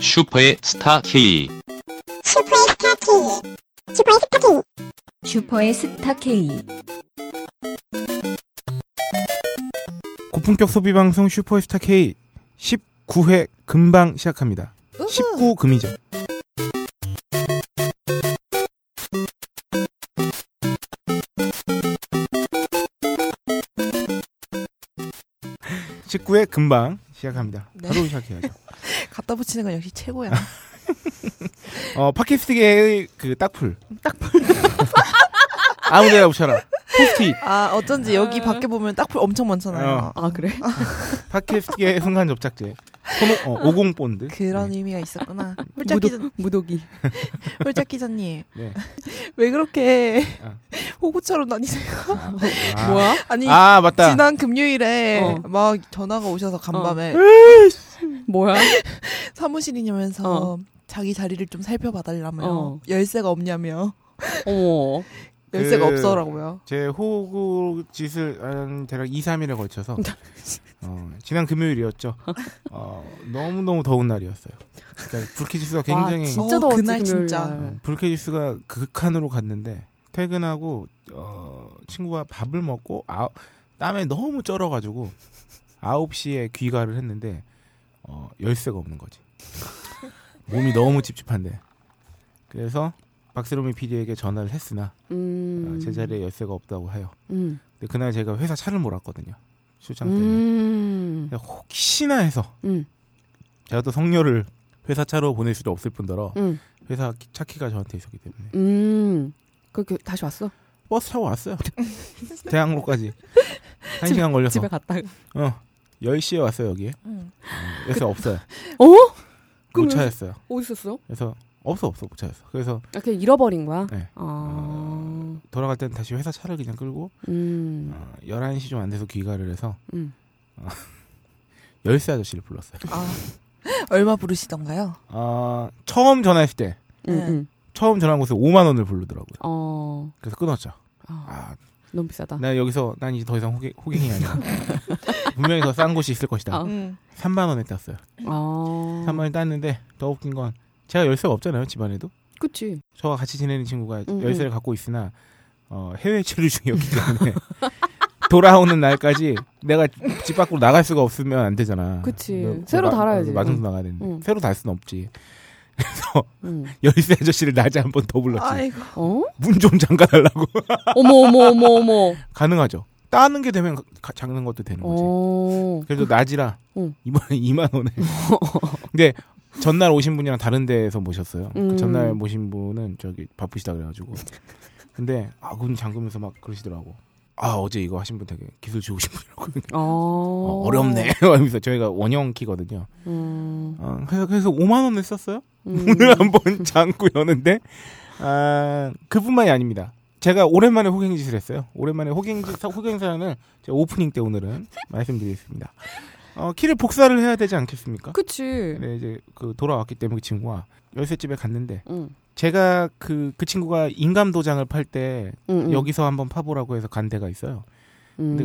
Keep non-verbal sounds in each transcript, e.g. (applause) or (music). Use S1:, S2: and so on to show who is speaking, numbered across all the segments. S1: 슈퍼의 스타 K.
S2: 슈퍼의 스타 K. 슈퍼의 스타 K.
S3: 슈퍼의 스타 K.
S4: 고품격 소비 방송 슈퍼스타 K 19회 금방 시작합니다. 19금이죠. 십구회 금방 시작합니다.
S5: 네.
S4: 바로 시작해야죠.
S5: 갖다 붙이는 건 역시 최고야.
S4: 어, 팟캐스트계의 그 딱풀. 딱풀. (laughs) 아무데나 붙여라. 포스트잇.
S5: 아 어쩐지 여기 밖에 보면 딱풀 엄청
S4: 어.
S5: 많잖아요.
S3: 아 그래?
S4: 팟캐스트계의 순간 접착제. 소모, 어, 50 본드.
S5: 그런 의미가
S4: (laughs)
S5: 있었구나. 홀짝 기자,
S3: 무독, 무독이.
S5: 홀짝 기자님
S4: 네.
S5: (laughs) 왜 그렇게
S4: 아.
S5: 호구처럼 다니세요? (laughs)
S4: 아.
S3: 뭐야?
S5: 아니
S4: 아 맞다.
S5: 지난 금요일에
S3: 어.
S5: 막 전화가 오셔서 간밤에
S4: (laughs)
S3: 뭐야?
S5: (laughs) 사무실이냐면서
S3: 어.
S5: 자기 자리를 좀 살펴봐달라며
S3: 어.
S5: 열쇠가 없냐며
S3: 어머.
S5: 열쇠가
S4: 그-
S5: 없어라고요.
S4: 제 호구 짓을 한 대략 2, 3일에
S5: (laughs)
S4: 걸쳐서 어, 지난 금요일이었죠. 어, 너무너무 더운 날이었어요. 그러니까 불쾌지수가
S3: 와,
S4: 굉장히 어,
S3: 진짜
S5: 어,
S3: 더웠지
S5: 그날
S3: 금요일
S5: 진짜.
S3: 날.
S4: 불쾌지수가 극한으로 갔는데 퇴근하고 어, 친구가 밥을 먹고 아, 땀에 너무 쩔어가지고 9시에 귀가를 했는데 어, 열쇠가 없는 거지. 몸이 너무 찝찝한데. 그래서 박세롬이 PD에게 전화를 했으나
S3: 음.
S4: 어, 제 자리에 열쇠가 없다고 하여
S3: 음.
S4: 근데 그날 제가 회사 차를 몰았거든요. 출장 때문에.
S3: 음.
S4: 근데 혹시나 해서
S3: 음.
S4: 제가 또 성녀를 회사 차로 보낼 수도 없을 뿐더러
S3: 음.
S4: 회사 키- 차 키가 저한테 있었기 때문에
S3: 음. 그렇게 다시 왔어?
S4: 버스 타고
S3: (laughs)
S4: 왔어요. 대학로까지 한 시간 걸려서
S3: 집에 갔다가.
S4: 어 10시에 왔어요 여기에
S3: (laughs)
S5: 응.
S4: 어, 열쇠 없어요.
S3: 어?
S4: 못
S3: 음. 그럼
S4: 찾았어요.
S3: (laughs) 어디 있었어?
S4: 그래서 없어 없어 못 찾았어. 그래서
S3: 아, 그냥 잃어버린 거야?
S4: 네.
S3: 아.
S4: 돌아갈 때는 다시 회사 차를 그냥 끌고
S3: 음.
S4: 어, 11시 좀 안 돼서 귀가를 해서
S3: 음.
S4: 열쇠 아저씨를 불렀어요.
S5: 아 (laughs) 얼마 부르시던가요?
S4: 아 처음 전화했을 때
S3: 음.
S5: 네.
S3: 음.
S4: 처음 전화한 곳에 5만 원을 부르더라고요.
S3: 어.
S4: 그래서 끊었죠.
S3: 아,
S4: 아,
S3: 너무 비싸다.
S4: 나 여기서 난 이제 더 이상 호객, 호갱이
S3: (laughs)
S4: 아니야. 분명히 더 싼 곳이 있을 것이다.
S3: 어.
S5: 응.
S4: 3만 원에 땄어요.
S3: 아.
S4: 3만 원에 땄는데 더 웃긴 건 제가 열쇠가 없잖아요 집안에도.
S3: 그치.
S4: 저와 같이 지내는 친구가
S3: 음,
S4: 열쇠를 갖고 있으나 어, 해외 체류 중이었기 때문에 (laughs) 돌아오는 날까지 내가 집 밖으로 나갈 수가 없으면 안 되잖아.
S3: 그치.
S4: 그
S3: 새로
S4: 마-
S3: 달아야지. 음.
S4: 마중도 나가야 되는데
S3: 응.
S4: 새로 달 수는 없지.
S3: 음.
S4: 열쇠 아저씨를 낮에 한 번 더 불렀지.
S5: 아이고
S3: 어?
S4: 문 좀 잠가달라고. (laughs)
S3: 어머, 어머, 어머, 어머.
S4: 가능하죠. 따는 게 되면 가, 잡는 것도 되는 거지.
S3: 어.
S4: 그래도 낮이라
S3: 응.
S4: 이번에 2만 원에. 근데 전날 오신 분이랑 다른 데에서 모셨어요. 그
S3: 음.
S4: 전날 모신 분은 저기 바쁘시다 그래가지고. 근데 아군 잠그면서 막 그러시더라고. 아 어제 이거 하신 분 되게 기술 좋으신 분이라고.
S3: 어.
S4: 어, 어렵네. (laughs) 하면서 저희가 원형 키거든요.
S3: 음.
S4: 어, 그래서 그래서 5만 원을 썼어요. (laughs)
S3: 음.
S4: 문을 한번 잠고 여는데 아 그뿐만이 아닙니다. 제가 오랜만에 호갱짓을 했어요. 오랜만에 호갱짓 사- 호갱 사연을 제 오프닝 때 오늘은 말씀드리겠습니다. 어, 키를 복사를 해야 되지 않겠습니까?
S3: 그치.
S4: 네 이제 그 돌아왔기 때문에 그 친구가 열쇠집에 갔는데
S3: 응.
S4: 제가 그 그 친구가 인감 도장을 팔 때
S3: 응, 응.
S4: 여기서 한번 파보라고 해서 간 데가 있어요. 근데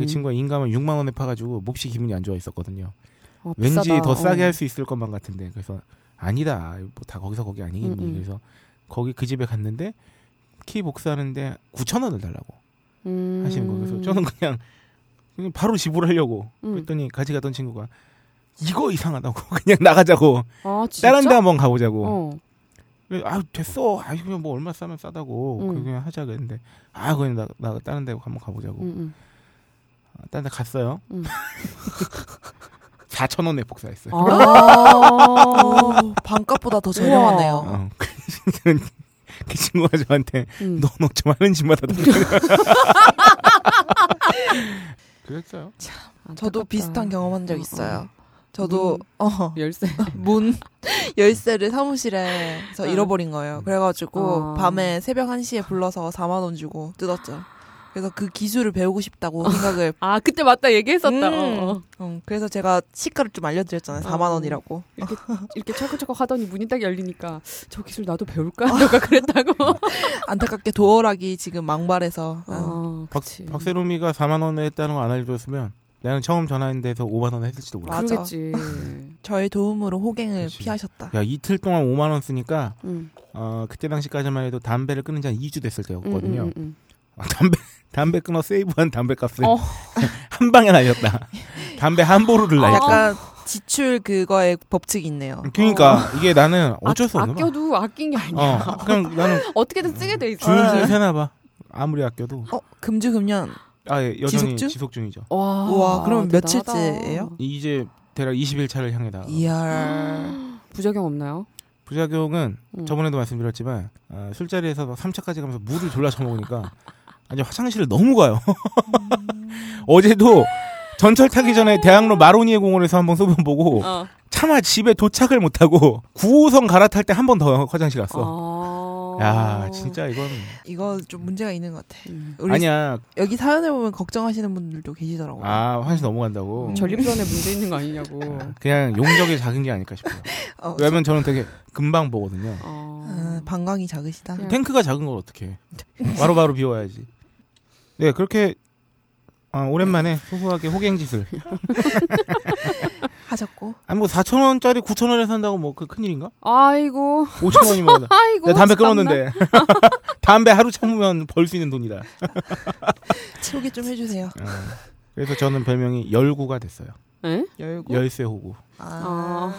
S3: 음.
S4: 그 친구가 인감을 6만 원에 파가지고 몹시 기분이 안 좋아했었거든요.
S3: 어,
S4: 왠지
S3: 비싸다.
S4: 더 싸게
S3: 어.
S4: 할 수 있을 것만 같은데 그래서 아니다 뭐 다 거기서 거기 아니겠니
S3: 음, 음.
S4: 그래서 거기 그 집에 갔는데 키 복사하는데 9천 원을 달라고
S3: 음.
S4: 하시는 거예요 그래서 저는 그냥, 그냥 바로 지불하려고
S3: 음.
S4: 그랬더니 같이 갔던 친구가 이거 이상하다고 (laughs) 그냥 나가자고
S3: 아, 진짜?
S4: 다른 데 한번 가보자고
S3: 어.
S4: 그래, 아 됐어 아 그냥 뭐 얼마 싸면 싸다고
S3: 음.
S4: 그냥 하자 그랬는데 아 그냥 나, 나 다른 데 한번 가보자고
S3: 응, 응.
S4: 아, 다른 데 갔어요
S3: 음.
S4: 4천 원에 (laughs) 복사했어요
S3: 아.
S5: 오, 어, 반값보다 더 저렴하네요.
S4: 어. (laughs) 그 친구가 저한테
S3: 음.
S4: 너 너 좀 하는 짓마다
S3: (laughs)
S4: 다 그랬어요.
S5: 저도
S3: 안타깝다.
S5: 비슷한 경험한 적 있어요. 저도 (laughs) 어,
S3: 열쇠.
S5: 문 열쇠를 사무실에서
S3: 어.
S5: 잃어버린 거예요. 그래가지고
S3: 어.
S5: 밤에 새벽 1시에 불러서 4만 원 주고 뜯었죠. 그래서 그 기술을 배우고 싶다고 생각을
S3: 아, 그때 맞다 얘기했었다.
S5: 음.
S3: 어, 어.
S5: 음, 그래서 제가 시가를 좀 알려드렸잖아요. 4만
S3: 어.
S5: 원이라고.
S3: 이렇게 이렇게 철컥철컥 하더니 문이 딱 열리니까 저 기술 나도 배울까? (laughs) 너가 그랬다고.
S5: 안타깝게 도어락이 지금 망발해서 어.
S3: 아,
S4: 음. 박,
S3: 그치.
S4: 박세롬이가 4만 원에 했다는 거 안 알려줬으면 나는 처음 전화한 데서 5만 원 했을지도 몰라.
S5: 맞아.
S3: 그러겠지.
S5: 저의 도움으로 호갱을
S4: 그치.
S5: 피하셨다.
S4: 야 이틀 동안 5만 원 쓰니까
S3: 음,
S4: 어 그때 당시까지만 해도 담배를 끊은 지 한 2주 됐을
S3: 음,
S4: 때였거든요.
S3: 음, 음,
S4: 아, 담배 담배 끊어 세이브한 담배 값을
S3: 어.
S4: (laughs) 한 방에 날렸다. 담배 한 보루를
S5: 아,
S4: 날렸다.
S5: 약간 지출 그거에 법칙이 있네요.
S4: 그러니까 이게 나는
S3: 음.
S4: 어쩔 수
S3: 아,
S4: 없는 거야.
S3: 아껴도 아낀 게 아니야.
S4: 어, 그냥 나는
S3: (laughs) 어떻게든 쓰게 돼 있어.
S4: 주인수를 세나 봐. 아무리 아껴도
S5: 어 금주금년
S4: 아 예, 여전히
S5: 지속주?
S4: 지속 중이죠.
S3: 와,
S5: 우와, 그럼
S3: 대단하다.
S5: 며칠째예요?
S4: 이제 대략 20일 차를 향해 나가.
S5: 이야
S3: 부작용 없나요?
S4: 부작용은
S3: 음.
S4: 저번에도 말씀드렸지만 어, 술자리에서 막 3차까지 가면서 물을 졸라 처먹으니까 아니 화장실을 너무 가요. (laughs) 어제도 전철 타기 전에 대학로 마로니에 공원에서 한번 소변 보고
S3: 어.
S4: 차마 집에 도착을 못하고 9호선 갈아탈 때 한 번 더 화장실 갔어.
S3: 아.
S4: 야 진짜 이건
S5: 이거 좀 문제가 있는 것 같아.
S3: 음.
S5: 우리 어.
S4: 아니야
S5: 여기 사연을 보면 걱정하시는 분들도 계시더라고요.
S4: 아 화장실 넘어간다고
S5: 음.
S3: 전립선에 문제 있는 거 아니냐고.
S4: 그냥 용적이 작은 게 아닐까 싶어요.
S5: 어,
S4: 왜냐면 저는 되게 금방 보거든요.
S3: 어.
S5: 아, 방광이 작으시다.
S3: 네.
S4: 탱크가 작은 걸 어떻게 바로바로 비워야지. 네 그렇게 아, 오랜만에 소소하게 호갱짓을
S5: 하셨고
S4: 아니 뭐 4천 원짜리 9천 원에 산다고 뭐 그 큰일인가?
S3: 아이고,
S4: 5천 원이면
S3: 아이고.
S4: 내가 담배
S3: 참나.
S4: 네, 끊었는데 (laughs) 담배 하루 참으면 벌 수 있는 돈이다.
S5: 소개 좀 해주세요.
S4: 어. 그래서 저는 별명이 열구가 됐어요.
S3: 에?
S5: 열고
S4: 열쇠 호구.
S5: 아,
S3: 어.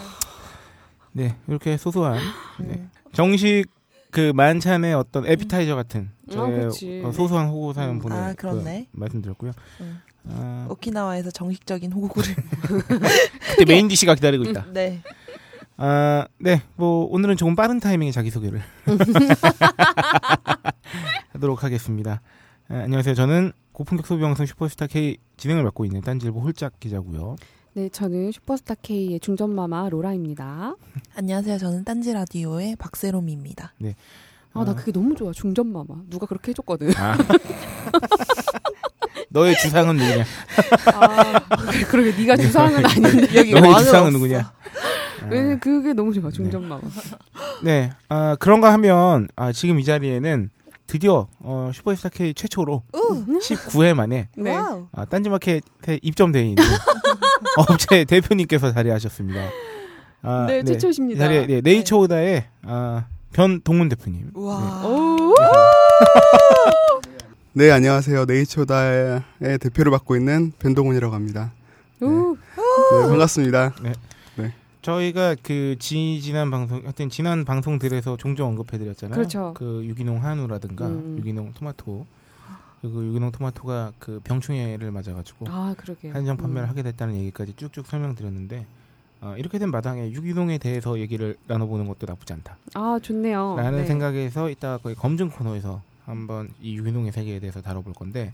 S4: 네 이렇게 소소한
S5: 음,
S4: 네. 정식 그 만찬의 어떤 에피타이저 같은 저의
S3: 그치.
S4: 어, 소소한 호구 사연
S3: 음.
S4: 보내
S5: 아, 그렇네.
S4: 그 말씀드렸고요.
S5: 음.
S4: 아,
S5: 오키나와에서 정식적인
S4: (laughs)
S5: 호구를
S4: 그때 메인 디시가 기다리고 있다.
S5: 네
S4: 아, 네. 뭐 오늘은 조금 빠른 타이밍에
S5: (laughs)
S4: 자기 소개를 하도록 하겠습니다. 아, 안녕하세요. 저는 고품격 소비 방송 슈퍼스타 K 진행을 맡고 있는 딴지일보 홀짝 기자고요.
S3: 네, 저는 슈퍼스타 K의 중전마마 로라입니다.
S5: 안녕하세요. 저는 딴지 라디오의
S4: (laughs)
S5: 박세롬입니다.
S3: 아, 나 그게 너무 좋아. 중전마마. 누가 그렇게 해줬거든.
S4: 아.
S5: (laughs)
S4: 너의 주상은 누구냐?
S3: 아, (laughs) 그러게 네가 주상은 아닌데.
S5: 여기
S4: 너의
S5: 왕은
S4: 주상은
S5: 없어.
S4: 누구냐? 아,
S3: 왜 그게 너무 좋아. 중전마마.
S4: 네. 아, 그런가 하면 아, 지금 이 자리에는 드디어 어, 슈퍼스타 K 최초로
S5: 우
S4: 19회 만에
S3: 네.
S5: 와우
S4: 아, 딴지마켓에 입점돼
S3: (laughs)
S4: 있는 업체 대표님께서 자리하셨습니다. 아,
S3: 네,
S4: 이
S3: 최초십니다.
S4: 자리에 네, 네이처 오다의 아, 변동문 대표님.
S5: 우와
S3: 오.
S1: 네, 안녕하세요. 네이처다의 대표를 맡고 있는 변동훈이라고 합니다.
S3: 오.
S1: 네,
S4: (laughs)
S1: 반갑습니다.
S4: 저희가 그 지, 지난 방송 하여튼 지난 방송들에서 종종 언급해 드렸잖아요.
S3: 그렇죠.
S4: 그 유기농 한우라든가
S3: 음.
S4: 유기농 토마토 그리고 유기농 토마토가 그 병충해를 맞아 가지고
S3: 아, 그러게.
S4: 한정 판매를 하게 됐다는 얘기까지 쭉쭉 설명드렸는데 어, 이렇게 된 마당에 유기농에 대해서 얘기를 나눠보는 것도 나쁘지 않다.
S3: 아, 좋네요.
S4: 라는
S3: 네.
S4: 생각에서 이따 거의 검증 코너에서 한번 이 유기농의 세계에 대해서 다뤄볼 건데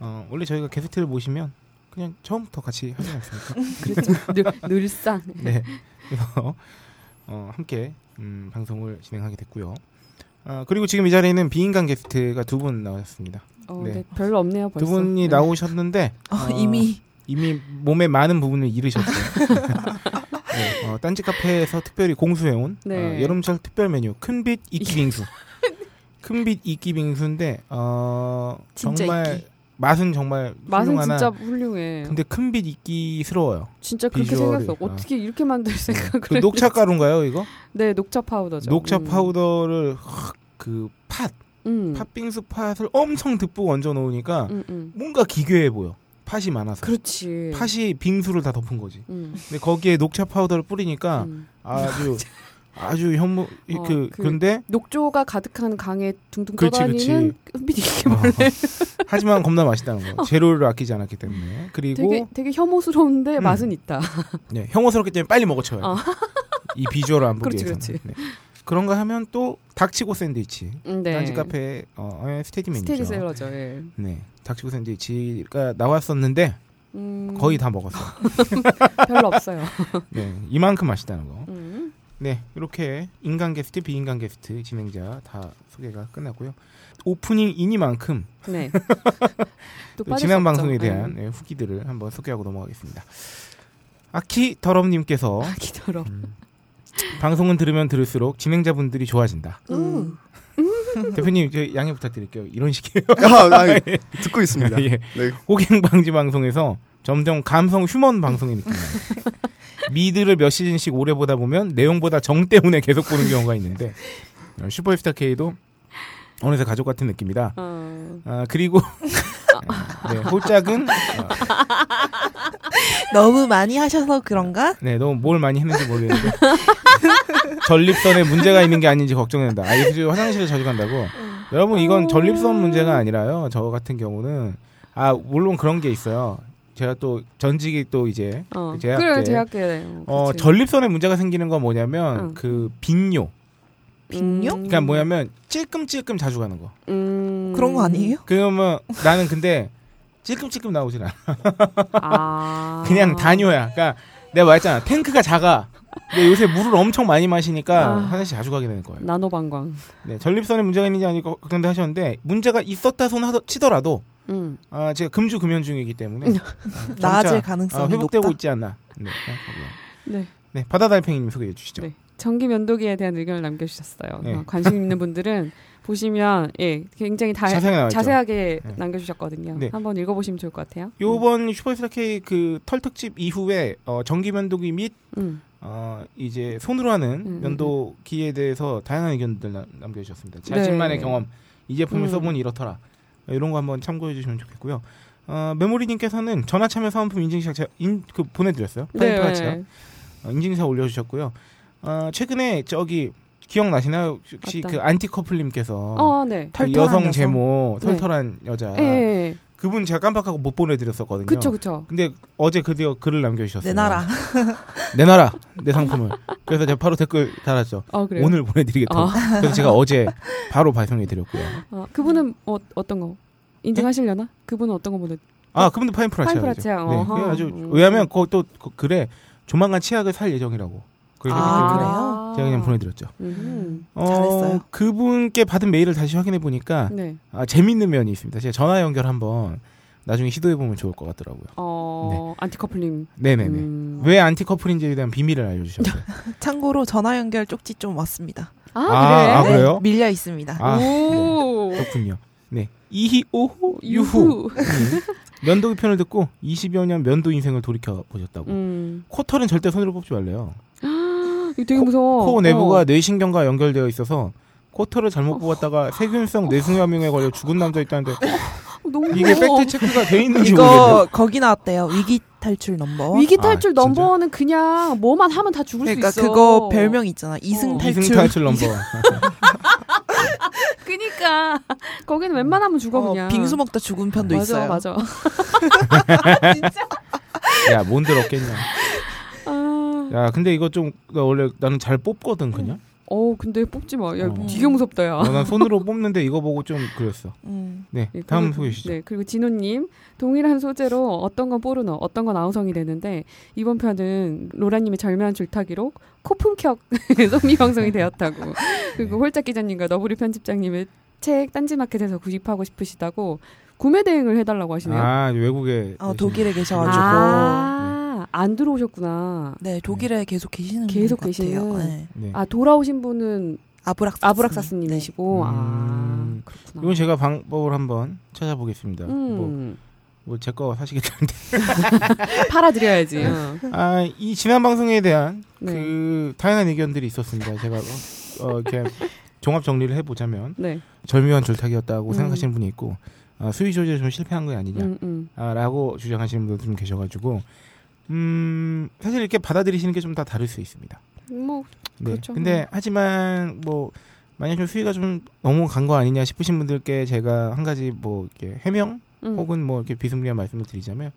S4: 어, 원래 저희가 게스트를 모시면 그냥 처음부터 같이
S3: (laughs)
S4: 하지 않습니까?
S3: 그렇죠. 늘, 늘상.
S4: 네. 그래서 어, 함께 음, 방송을 진행하게 됐고요. 아, 그리고 지금 이 자리에는 비인간 게스트가 두 분 나왔습니다.
S3: 어,
S4: 네.
S3: 네. 별로 없네요, 벌써.
S4: 두 분이
S3: 네.
S4: 나오셨는데
S5: 어,
S4: 어,
S5: 이미
S4: 이미 몸의 많은 부분을
S3: (laughs)
S4: 잃으셨어요. 네, 어, 딴지 카페에서 특별히 공수해온
S3: 네.
S4: 어, 여름철 특별 메뉴 큰빛
S3: (laughs)
S4: 이끼 빙수. 큰빛 이끼 빙수인데 어,
S5: 진짜
S4: 정말
S5: 이끼.
S4: 맛은 정말
S3: 맛은
S4: 훌륭하나
S3: 진짜 훌륭해.
S4: 근데 큰빛 이끼스러워요.
S3: 진짜 그렇게
S4: 비주얼이-
S3: 생겼어.
S4: 아.
S3: 어떻게 이렇게 만들 생각을?
S4: 그 녹차 가루인가요 이거?
S3: 네, 녹차 파우더죠. 그러니까.
S4: 녹차
S3: 음.
S4: 파우더를 확 그 팥,
S3: 음.
S4: 팥빙수 팥을 엄청 듬뿍 얹어 놓으니까
S3: 음, 음.
S4: 뭔가 기괴해 보여. 팥이 많아서.
S3: 그렇지.
S4: 팥이 빙수를 다 덮은 거지.
S3: 음.
S4: 근데 거기에 녹차 파우더를 뿌리니까
S3: 음. (laughs)
S4: 아주 아주 현무 이-
S3: 어,
S4: 그
S3: 그-
S4: 근데
S3: 녹조가 가득한 강에 둥둥
S4: 그렇지, 아,
S3: 떠다니는 흠빛 이게 뭐 원래
S4: 어. (laughs) 하지만 겁나 맛있다는 거 재료를 아끼지 않았기 때문에 그리고
S3: 어. 되게 되게 혐오스러운데
S4: 음.
S3: 맛은 있다.
S4: 네, 형호스럽기 때문에 빨리 먹어쳐요
S3: 어.
S4: 이 비주얼을 안 보기
S3: 그렇지,
S4: 위해서 는 네. 그런가 하면 또 닥치고 샌드위치
S3: 음, 네.
S4: 딴지 카페 어, 어, 스테디 메뉴죠
S3: 스테디 셀러죠. 예.
S4: 네 닥치고 샌드위치가 나왔었는데
S3: 음,
S4: 거의 다
S3: (laughs)
S4: 먹었어요
S3: 별로
S4: (laughs)
S3: 없어요.
S4: 네 이만큼 맛있다는 거
S3: 음.
S4: 네, 이렇게 인간 게스트, 비인간 게스트 진행자 다 소개가 끝났고요. 오프닝 이니만큼 (laughs)
S3: 네. 또 빠질 수
S4: 지난
S3: 없죠.
S4: 방송에
S3: 네.
S4: 대한 예, 후기들을 한번 소개하고 넘어가겠습니다. 아키
S3: (laughs)
S4: 더럽님께서
S3: 아, 기더러.
S4: 음, 방송은 들으면 들을수록 진행자분들이 좋아진다.
S5: 우
S3: 음.
S4: 대표님 저 양해 부탁드릴게요. 이런 (laughs) 식이에요.
S1: 아, 아, 듣고 있습니다.
S4: 예.
S1: 네,
S3: (laughs)
S4: 호갱 방지 방송에서 점점 감성 휴먼 방송이 느껴요. 미드를 몇 시즌씩 오래 보다 보면 내용보다 정 때문에 계속 보는 경우가 있는데 어, 슈퍼스타 K도 어느새 가족 같은 느낌이다.
S3: 어.
S4: 아,
S3: (laughs)
S4: 그리고 네, 네, 홀짝은 어,
S5: 너무 많이 하셔서 그런가?
S4: 네, 너무 뭘 많이 했는지 모르겠는데 (laughs) 전립선에 문제가 있는 게 아닌지 걱정된다. 아이들이 화장실에 자주 간다고.
S3: 어.
S4: 여러분 이건 전립선 문제가 아니라요. 저 같은 경우는 아 물론 그런 게 있어요. 제가 또 전직이 또 이제
S3: 어.
S4: 제약계.
S3: 그래 제약계.
S4: 어
S3: 네. 그치.
S4: 전립선에 문제가 생기는 건 뭐냐면
S3: 응.
S4: 그 빈뇨.
S5: 빈뇨?
S3: 음.
S4: 그러니까 뭐냐면 찔끔찔끔 자주 가는 거.
S3: 음.
S5: 그런 거 아니에요?
S4: 그러면 나는 근데 찔끔찔끔 나오진 않아.
S3: 아.
S4: (laughs) 그냥 다뇨야. 그러니까 내가 말했잖아. 탱크가 작아. 근데 요새 물을 엄청 많이 마시니까
S3: 아.
S4: 화장실 자주 가게 되는 거예요.
S3: 나노 방광.
S4: 네, 전립선에 문제가 있는지 아니고 걱정도 하셨는데 문제가 있었다 손 하더- 치더라도
S3: 음.
S4: 아, 제가 금주 금연 중이기 때문에 아,
S5: 낮을
S4: 점차,
S5: 가능성이
S4: 아, 회복되고
S5: 높다.
S4: 있지 않나. 네, 생각하고요.
S3: 네.
S4: 네, 바다달팽이님 소개해 주시죠.
S3: 네. 전기 면도기에 대한 의견을 남겨주셨어요.
S4: 네.
S3: 어, 관심 있는
S4: (laughs)
S3: 분들은 보시면 예 굉장히 다
S4: 자세하게 나와 있죠.
S3: 자세하게
S4: 네.
S3: 남겨주셨거든요.
S4: 네.
S3: 한번 읽어보시면 좋을 것 같아요.
S4: 요번 슈퍼스타 K 그 털특집 이후에 어, 전기면도기 및
S3: 음.
S4: 어, 이제 손으로 하는
S3: 음,
S4: 면도기에 대해서 다양한 의견들 남- 남겨주셨습니다. 자신만의
S3: 네.
S4: 경험, 이 제품을
S3: 음.
S4: 써보니 이렇더라. 이런 거 한번 참고해 주시면 좋겠고요. 어, 메모리님께서는 전화 참여 사은품 인증샷 제가 인, 그 보내드렸어요.
S3: 네,
S4: 파인프 같이요. 어, 인증샷 올려주셨고요. 어, 최근에 저기 기억나시나요? 혹시
S3: 어떤?
S4: 그 안티커플님께서
S3: 어, 네.
S4: 그
S5: 털털한
S4: 여성
S5: 여성.
S4: 제모
S3: 네.
S4: 털털한 여자
S3: 예, 예.
S4: 그분 제가 깜빡하고 못 보내드렸었거든요.
S3: 그쵸, 그쵸.
S4: 근데 어제 그디어 글을 남겨주셨어요.
S5: 내 나라. (laughs)
S4: 내놔라 내 상품을. 그래서 제가 바로 댓글 달았죠.
S3: 어, 그래요.
S4: 오늘 보내드리겠다고.
S3: 아,
S4: 그래서 제가 어제 바로 발송해드렸고요.
S3: 어, 그분은 어, 어떤 거? 인증하시려나?
S4: 네?
S3: 그분은 어떤 거 보내?
S4: 아 그분도 파인프라치아
S3: 파인 프라치아,
S4: 네,
S3: 어허.
S4: 그게 아주
S3: 음.
S4: 왜냐하면 그것도 그 글에 조만간 치약을 살 예정이라고. 그래서
S5: 아, 그래요?
S4: 제가 그냥 보내드렸죠.
S3: 음.
S4: 어,
S5: 잘했어요.
S4: 그분께 받은 메일을 다시 확인해 보니까
S3: 네.
S4: 아, 재밌는 면이 있습니다. 제가 전화 연결 한번 나중에 시도해 보면 좋을 것 같더라고요.
S3: 어, 안티커플링.
S4: 네. 네네네.
S3: 음.
S4: 왜 안티 커플인지에 대한 비밀을 알려주셨어요.
S5: 참고로 전화 연결 쪽지 좀 왔습니다. 네.
S3: 아,
S4: 아,
S3: 그래?
S4: 그래요?
S5: 밀려 있습니다.
S4: 아, 네.
S3: 오.
S4: 그렇군요. 네. 이희오호 유후.
S3: 유후.
S4: 음. 면도기 편을 듣고 20여 년 면도 인생을 돌이켜 보셨다고.
S3: 음.
S4: 코털은 절대 손으로 뽑지 말래요.
S3: 이거 되게 무서워.
S4: 코 내부가
S3: 어.
S4: 뇌신경과 연결되어 있어서 코털을 잘못 뽑았다가 세균성 뇌수화명에 걸려 죽은 남자 있다는데
S3: 어, 너무
S4: 이게
S3: 무서워.
S4: 팩트 체크가 돼 있는지 모르겠네요.
S5: 이거 거기 나왔대요. 위기 탈출 넘버.
S3: 위기
S4: 아,
S3: 탈출
S4: 진짜?
S3: 넘버원은 그냥 뭐만 하면 다 죽을
S5: 어? 그러니까
S3: 수 있어.
S5: 그거 별명 있잖아. 이승
S3: 어.
S5: 탈출.
S4: 이승 탈출 넘버.
S3: (laughs) 그니까 거기는 웬만하면 죽어
S5: 어,
S3: 그냥.
S5: 빙수 먹다 죽은 편도
S3: 맞아,
S5: 있어요.
S3: 맞아.
S4: 야, 뭔들 없겠냐.
S3: 아.
S4: 야, 근데 이거 좀, 나 원래 나는 잘 뽑거든, 그냥.
S3: 어, 근데 뽑지 마. 야,
S4: 어.
S3: 되게 무섭다 야.
S4: 어, 난 손으로 뽑는데 이거 보고 좀 그랬어.
S5: 음.
S4: 네,
S3: 예,
S4: 다음
S3: 그리고-
S4: 소개해 주시죠.
S3: 네, 그리고 진호님 동일한 소재로 어떤 건 포르노, 어떤 건 아우성이 되는데 이번 편은 로라님의 절묘한 줄타기로 코품격 (laughs) 성미 방송이 되었다고.
S4: 네.
S3: 그리고 홀짝 기자님과 너부리 편집장님의 책 딴지마켓에서 구입하고 싶으시다고 구매 대행을 해달라고 하시네요.
S4: 아, 외국에.
S5: 어, 독일에 계셔가지고.
S4: 네.
S3: 아, 안 들어오셨구나.
S5: 네, 독일에 계속 계시는
S3: 계속
S5: 분
S3: 계시는.
S5: 같아요. 네.
S4: 네.
S3: 아 돌아오신 분은
S5: 아브락사스. 네.
S3: 아브락사스님이시고 네.
S4: 음.
S3: 아 그렇구나.
S4: 이건 제가 방법을 한번 찾아보겠습니다.
S3: 음,
S4: 뭐 제 거 사시겠다는데.
S3: 팔아드려야지.
S4: (laughs)
S3: 어.
S4: 아, 이 지난 방송에 대한
S3: 네.
S4: 그 다양한 의견들이 있었습니다. 제가 어, 어, 이렇게 종합 정리를 해보자면
S3: 네.
S4: 절묘한 줄타기였다고
S3: 음.
S4: 생각하시는 분이 있고 아, 수위 조절 좀 실패한 거 아니냐.
S3: 음, 음.
S4: 아, 라고 주장하시는 분들 좀 계셔가지고 음 사실 이렇게 받아들이시는 게 좀 다 다를 수 있습니다.
S3: 뭐
S4: 네.
S3: 그렇죠.
S4: 근데 하지만 뭐 만약 좀 수위가 좀 너무 간 거 아니냐 싶으신 분들께 제가 한 가지 뭐 이렇게 해명
S3: 음.
S4: 혹은 뭐 이렇게 비스무리한 말씀을 드리자면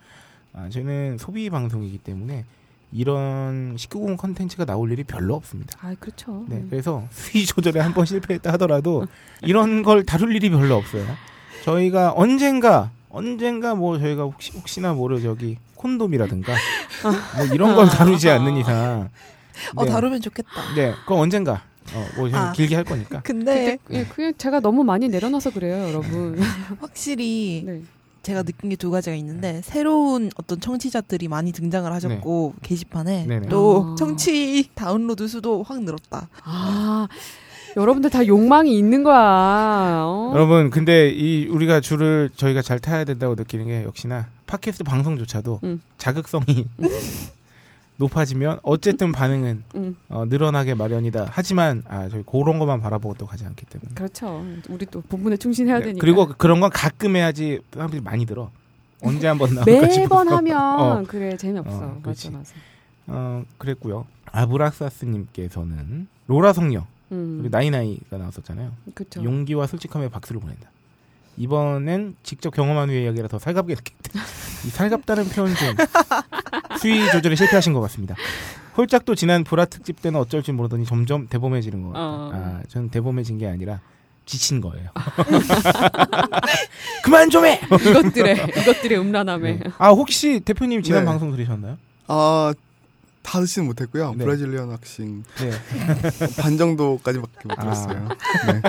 S4: 아, 저희는 소비 방송이기 때문에 이런 19금 컨텐츠가 나올 일이 별로 없습니다.
S3: 아 그렇죠.
S4: 네, 그래서 (laughs) 수위 조절에 한 번 실패했다 하더라도 이런 걸 다룰 일이 별로 없어요. 저희가 언젠가 언젠가 뭐 저희가 혹시 혹시나 모르 저기 콘돔이라든가 뭐 이런 걸 다루지 않는 이상
S5: 어,
S4: 네,
S5: 다루면 좋겠다.
S4: 네, 그건 언젠가 어뭐
S5: 아.
S4: 길게 할 거니까
S5: 근데
S3: 예, 그게 제가 너무 많이 내려놔서 그래요, 여러분.
S5: 확실히
S3: (laughs) 네.
S5: 제가 느낀 게 두 가지가 있는데 새로운 어떤 청취자들이 많이 등장을 하셨고 게시판에
S4: 네네.
S5: 또
S3: 아.
S5: 청취 다운로드 수도 확 늘었다.
S3: 아, 여러분들 다 욕망이 있는 거야. 어?
S4: 여러분 근데 이 우리가 줄을 저희가 잘 타야 된다고 느끼는 게 역시나 팟캐스트 방송조차도
S3: 음.
S4: 자극성이 (laughs) 높아지면 어쨌든 반응은
S3: 음.
S4: 어, 늘어나게 마련이다. 하지만 아, 저희 그런 것만 바라보고 또 가지 않기 때문에.
S3: 그렇죠. 우리 또 본분에 충신해야
S4: 네,
S3: 되니까.
S4: 그리고 그런 건 가끔 해야지 사람들이 많이 들어. 언제 한 번 나올까 싶어서.
S3: 매번 하면
S4: 어,
S3: 그래 재미없어.
S4: 어,
S3: 맞아
S4: 그렇지.
S3: 맞아.
S4: 어, 그랬고요. 아브락사스님께서는 로라 성녀
S3: 음.
S4: 그리고 나이나이가 나왔었잖아요.
S3: 그렇죠.
S4: 용기와 솔직함에 박수를 보낸다. 이번엔 직접 경험한 후의 이야기라 더 살갑게 (laughs) 느꼈다. 이 살갑다는 표현
S3: (laughs)
S4: 좀 수위 조절에 실패하신 것 같습니다. 홀짝 도 지난 보라 특집 때는 어쩔 줄 모르더니 점점 대범해지는 것 같아요.
S3: 어.
S4: 아, 저는 대범해진 게 아니라 지친 거예요. (laughs) 그만 좀 해! (laughs)
S3: 이것들의 이것들의 음란함에.
S4: 네. 아, 혹시 대표님 지난
S1: 네.
S4: 방송 들으셨나요?
S1: 아, 다 듣지는 못했고요.
S4: 네.
S1: 브라질리언 왁싱 (laughs)
S4: 네.
S1: 반 정도까지밖에 못
S4: 아.
S1: 들었어요. 네.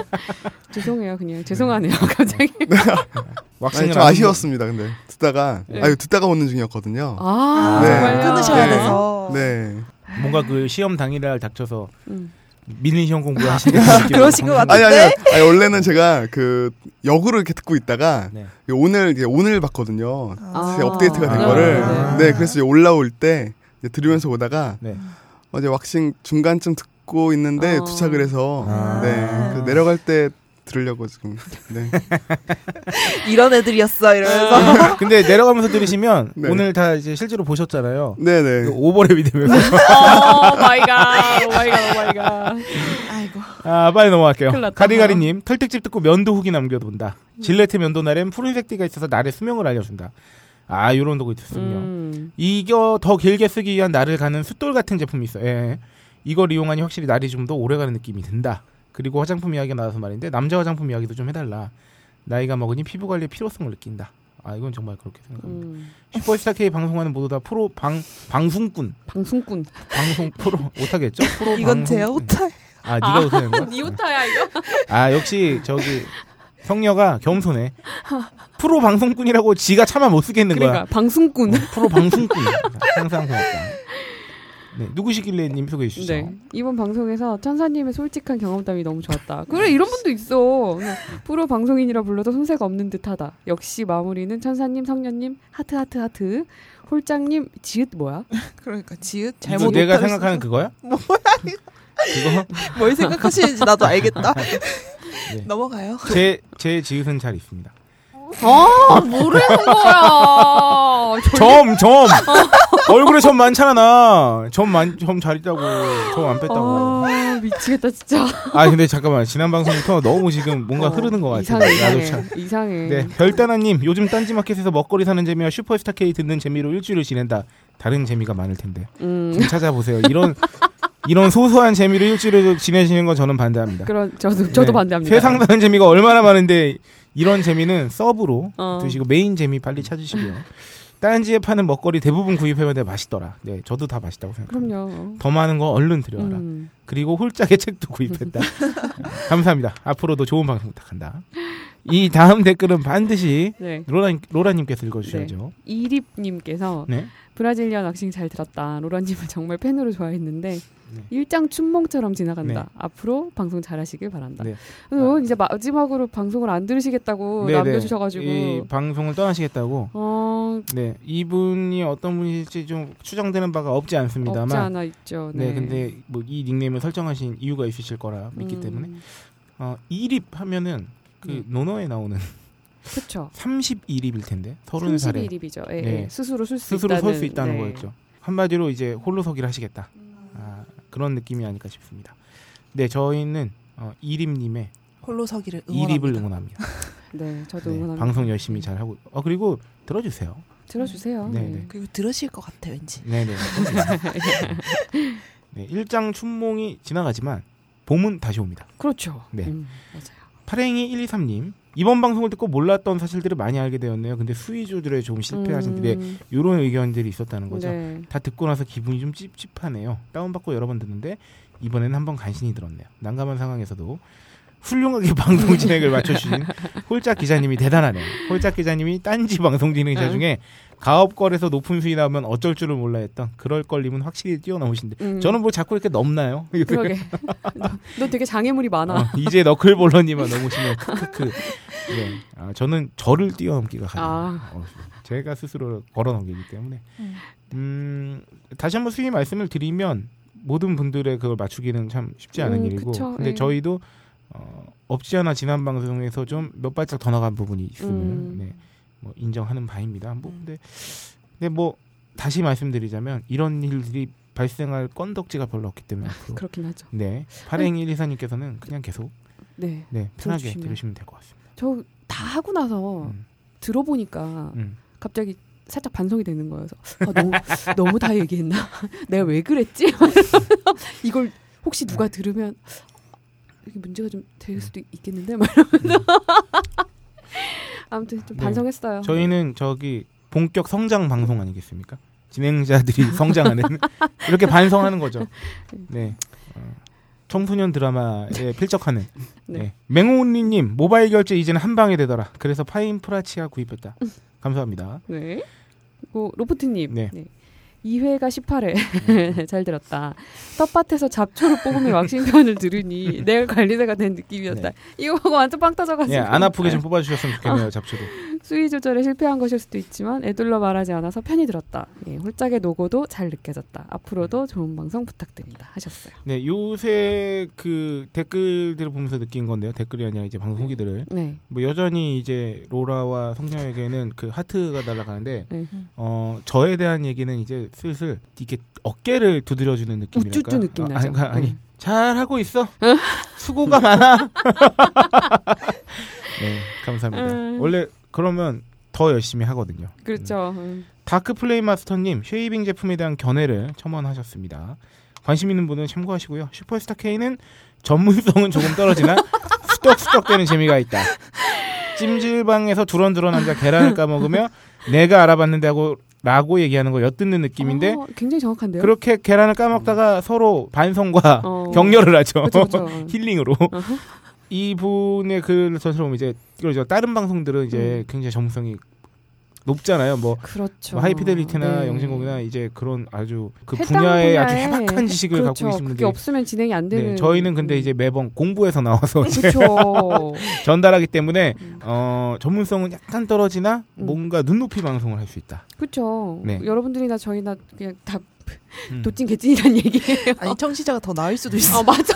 S3: 죄송해요 그냥 죄송하네요 (laughs) 갑자기.
S1: 아니,
S4: 왁싱을
S1: 좀
S4: 안
S1: 아쉬웠습니다. 근데 듣다가
S4: 예.
S3: 네.
S1: 아 이거 듣다가 오는 중이었거든요.
S4: 어.
S3: 아
S1: 네.
S3: 정말요.
S5: 끊으셔야
S1: 네.
S5: 돼서.
S1: 네.
S4: 뭔가 그 시험 당일날 닥쳐서
S3: 음.
S4: 미는 시험 공부하시는
S5: 그러신 것
S1: 아니
S5: 같아요.
S1: 아니 아니, 아니 원래는 제가 그 역으로 이렇게 듣고 있다가
S4: 네.
S1: 오늘 이제 오늘 봤거든요.
S3: 아.
S1: 제 업데이트가 된
S4: 아.
S1: 거를
S4: 아.
S1: 네 그래서 이제 올라올 때 이제 들으면서 오다가
S4: 네.
S1: 어제 왁싱 중간쯤 듣고 있는데
S3: 어.
S1: 도착을 해서
S4: 아.
S1: 네 그래서 내려갈 때 들으려고 지금 네
S5: 이런 애들이었어 이러면서
S4: 근데 내려가면서 들으시면
S1: (laughs) 네.
S4: 오늘 다 이제 실제로 보셨잖아요. 그
S1: 네네
S4: 오버랩이 되면서
S5: 어,
S3: (laughs) 오 마이 갓, 오
S5: oh
S3: 마이 갓, 오 마이 갓.
S5: 아이고
S4: 아 빨리
S3: 큰일
S4: 넘어갈게요.
S3: 났다.
S4: 가리가리님 털특집 듣고 면도 후기 남겨둔다. 질레트 면도 날엔 푸른색 띠가 있어서 날의 수명을 알려준다. 아 요런 도구 있었군요.
S3: 음.
S4: 이거 더 길게 쓰기 위한 날을 가는 숫돌 같은 제품이 있어. 예. 이걸 이용하니 확실히 날이 좀 더 오래가는 느낌이 든다. 그리고 화장품 이야기가 나와서 말인데 남자 화장품 이야기도 좀 해달라. 나이가 먹으니 피부 관리의 필요성을 느낀다. 아 이건 정말 그렇게 생각합니다.
S3: 음.
S4: 슈퍼스타 K 방송하는 모두 다 프로 방 방송꾼
S3: 방송꾼.
S4: 방송 프로 (laughs) 못하겠죠? 프로
S5: (laughs) 이건
S4: 방송-
S5: 제 오타
S4: 아 네가 못하는 거야?
S3: 니오타야 이거.
S4: 아 역시 저기 성녀가 겸손해. 프로 방송꾼이라고 지가 차마 못 쓰겠는 거야.
S3: 그러니까 (laughs) 방송꾼.
S4: 어, 프로 방송꾼 항상 고맙다. 네 누구시길래님 소개해 주시죠.
S3: 네. 이번 방송에서 천사님의 솔직한 경험담이 너무
S4: 어,
S3: 좋았다. 그래, 이런 분도 있어. 그냥 프로 방송인이라 불러도 손색 없는 듯 하다. 역시 마무리는 천사님, 성녀님, 하트, 하트, 하트. 홀장님, 지읒 뭐야?
S5: 그러니까 지읒
S4: 이거
S5: 잘못
S4: 내가
S5: 오타를
S4: 생각하는
S5: 써서
S3: (laughs)
S4: 그거야?
S5: 뭐야
S4: 그거
S5: 이거. 뭘 생각하시는지 나도 알겠다
S4: (laughs) 네.
S5: 넘어가요
S4: 제제 지읒은 잘 있습니다.
S3: 아, 모르는 거야. (laughs)
S4: 점 점.
S3: 어.
S4: 얼굴에 점 많잖아 나. 점많점잘 있다고 점 안 뺐다고. 뭐.
S3: 아, 미치겠다, 진짜.
S4: 아 근데 잠깐만 지난 방송부터 너무 지금 뭔가
S3: 어,
S4: 흐르는 것 같아.
S3: 이상해, 음.
S4: 나도 참.
S3: 이상해. 이상해.
S4: 네, 별다나님 요즘 딴지마켓에서 먹거리 사는 재미와 슈퍼스타 K 듣는 재미로 일주일을 지낸다. 다른 재미가 많을 텐데
S3: 음,
S4: 좀 찾아보세요. 이런 이런 소소한 재미로 일주일을 지내시는 건 저는 반대합니다.
S3: 그런, 저도, 저도
S4: 네,
S3: 반대합니다.
S4: 세상 사는 재미가 얼마나 많은데 이런 재미는 서브로
S3: 어.
S4: 드시고 메인 재미 빨리 찾으시고요. 딴지에 파는 먹거리 대부분 구입해봤는데 맛있더라. 네, 저도 다 맛있다고 생각합니다.
S3: 그럼요.
S4: 더 많은 거 얼른 들여와라.
S3: 음.
S4: 그리고 홀짝의
S3: (laughs)
S4: 책도 구입했다. 감사합니다. 앞으로도 좋은 방송 부탁한다. 이 다음 댓글은 반드시
S3: 네.
S4: 로라 로라님께서 읽어주셔야죠.
S3: 이립님께서
S4: 네.
S3: 브라질리언 왁싱 잘 들었다. 로라님을 정말 팬으로 좋아했는데 일장 춘몽처럼 지나간다.
S4: 네.
S3: 앞으로 방송 잘하시길 바란다.
S4: 네.
S3: 그래서 이제 마지막으로 방송을 안 들으시겠다고
S4: 네,
S3: 남겨주셔가지고
S4: 이 방송을 떠나시겠다고.
S3: 어,
S4: 네, 이분이 어떤 분일지 좀 추정되는 바가 없지 않습니다만.
S3: 없지 않아 있죠.
S4: 네.
S3: 네,
S4: 근데 뭐 이 닉네임을 설정하신 이유가 있으실 거라 믿기
S3: 음,
S4: 때문에 어, 2립 하면은 그
S3: 음.
S4: 논어에
S3: (laughs)
S4: 나오는
S3: 그렇죠.
S4: 31입일 텐데 30살에
S3: 31일이죠. 예,
S4: 네.
S3: 예. 스스로 쓸 수
S4: 스스로
S3: 있다는,
S4: 설 수 있다는
S3: 네.
S4: 거였죠. 한마디로 이제 홀로서기를 하시겠다. 아, 그런 느낌이 아닐까 싶습니다. 네, 저희는 어, 이립님의
S5: 홀로 서기를 응원합니다
S4: 이립을 응원합니다.
S3: 네, 저도
S4: 네,
S3: 응원합니다.
S4: 방송 열심히 잘 하고. 어 그리고 들어주세요.
S3: 들어주세요.
S4: 네,
S3: 네,
S4: 네.
S5: 그리고 들으실 것 같아 왠지
S3: (laughs)
S4: 네네. 네 일장 춘몽이 지나가지만 봄은 다시 옵니다.
S3: 그렇죠.
S4: 네.
S3: 음, 맞아요.
S4: 파랭이 123님 이번 방송을 듣고 몰랐던 사실들을 많이 알게 되었네요. 근데 수위 조절에 좀 실패하신데
S3: 음,
S4: 이런 의견들이 있었다는 거죠.
S3: 네.
S4: 다 듣고 나서 기분이 좀 찝찝하네요. 다운받고 여러 번 듣는데 이번에는 한번 간신히 들었네요. 난감한 상황에서도 훌륭하게 (laughs) 방송 진행을 맞춰주신 홀짝 기자님이 대단하네요. 홀짝 기자님이 딴지 방송
S3: 네.
S4: 진행자 중에 가업걸에서 높은 수위 나오면 어쩔 줄을 몰라 했던 그럴 걸림은 확실히 뛰어넘으신데
S3: 음,
S4: 저는 뭐 자꾸 이렇게 넘나요? (laughs)
S3: 그러게. 너, 너 되게 장애물이 많아.
S4: 어, 이제 너클볼러님만 넘으시면 크크크. 네. 아, 저는 저를 뛰어넘기가 가장
S3: 아.
S4: 어려워요. 제가 스스로 걸어 넘기기 때문에. 음, 다시 한번 수위 말씀을 드리면 모든 분들의 그걸 맞추기는 참 쉽지 않은
S3: 음,
S4: 일이고
S3: 그쵸,
S4: 근데
S3: 예.
S4: 저희도 어, 없지 않아 지난 방송에서 좀 몇 발짝 더 나간 부분이 있으면
S3: 음.
S4: 네, 뭐 인정하는 바입니다. 뭐
S5: 음.
S4: 근데 근데 뭐 다시 말씀드리자면 이런 일들이 발생할 건덕지가 별로 없기 때문에 앞으로
S3: 아, 그렇긴 하죠.
S4: 네 파랭이 리사님께서는 그냥 계속
S3: 네.
S4: 네 편하게
S3: 들어주시면.
S4: 들으시면 될 것 같습니다.
S3: 저 다 하고 나서
S4: 음,
S3: 들어보니까
S4: 음.
S3: 갑자기 살짝 반성이 되는 거예요. 그래서
S4: (laughs)
S3: 아, 너무, 너무 다 얘기했나? (laughs) 내가 왜 그랬지? (laughs) 이걸 혹시
S4: 음.
S3: 누가 들으면 이게 문제가 좀 될 수도 있겠는데 막 이러면서 (laughs) 아무튼 좀
S4: 음. 네.
S3: 반성했어요.
S4: 저희는 저기 본격 성장 방송 아니겠습니까? 진행자들이 (laughs) 성장하는 이렇게 반성하는 거죠. 네. 어, 청소년 드라마에 필적하는
S3: 네.
S4: (laughs) 네. 맹호우님 모바일 결제 이제는 한 방에 되더라. 그래서 파인 프라치아 구입했다. 감사합니다.
S3: 네. 그리고 로프트님. 네.
S4: 네. 음.
S3: 2회가 18회 (laughs) 잘 들었다. 떡밭에서 잡초를 뽑으며 왁싱편을
S4: (laughs)
S3: 들으니 내 관리자가 된 느낌이었다.
S4: 네.
S3: 이거 보고 완전 빵 터져가지고
S4: 예, 안 아프게 좀 뽑아주셨으면 좋겠네요 잡초도.
S3: 수위 조절에 실패한 것일 수도 있지만 애둘러 말하지 않아서 편히 들었다. 예, 홀짝의 노고도 잘 느껴졌다.
S4: 음.
S3: 앞으로도 좋은 방송 부탁드립니다. 하셨어요.
S4: 네, 요새 그 댓글들을 보면서 느낀 건데요. 댓글이 아니라 이제 방송 후기들을
S3: 네.
S4: 뭐 여전히 이제 로라와 성녀에게는 그 하트가 날아가는데
S3: 네.
S4: 어 저에 대한 얘기는 이제 슬슬 이게 어깨를 두드려주는 느낌이랄까
S3: 우쭈쭈 느낌
S4: 아,
S3: 나죠.
S4: 아니, 그러니까 아니
S3: 네.
S4: 잘
S3: (laughs)
S4: 하고 있어 수고가 많아 (laughs) 네 감사합니다
S3: 음.
S4: 원래 그러면 더 열심히 하거든요
S3: 그렇죠. 음.
S4: 다크플레이 마스터님 쉐이빙 제품에 대한 견해를 첨언하셨습니다. 관심 있는 분은 참고하시고요. 슈퍼스타 K는 전문성은 조금 떨어지나 (laughs) 수덕수덕대는 재미가 있다. 찜질방에서 두런두런 앉아 계란을 까먹으며 내가 알아봤는데 하고 라고 얘기하는 걸 엿듣는 느낌인데
S3: 어, 굉장히 정확한데요.
S4: 그렇게 계란을 까먹다가 서로 반성과
S3: 어.
S4: 격려를 하죠.
S3: 그렇죠. 그렇죠.
S4: (laughs) 힐링으로
S3: 어허.
S4: 이분의 글을 전처럼 이제 그렇죠. 다른 방송들은
S3: 음.
S4: 이제 굉장히 전문성이 높잖아요. 뭐
S3: 그렇죠.
S4: 뭐 하이피델리티나
S3: 네.
S4: 영진공이나 이제 그런 아주 그
S3: 해당
S4: 분야에 아주
S3: 분야에
S4: 해박한 지식을
S3: 그렇죠.
S4: 갖고 계신 분들.
S3: 그게 없으면 음. 진행이 안 되는. 음.
S4: 네, 저희는 근데 이제 매번 공부해서
S3: (laughs)
S4: 나와서 (laughs) 이제 (laughs)
S3: 그렇죠.
S4: 전달하기 때문에
S3: 음.
S4: 어, 전문성은 약간 떨어지나
S3: 음.
S4: 뭔가 눈높이 방송을 할 수 있다.
S3: 그렇죠.
S4: 네.
S3: 여러분들이나 저희나 그냥 다
S4: 음.
S3: 도찐 개찐이란 얘기예요.
S5: 아니 청취자가 더 나을 수도 있어.
S3: 어 맞아.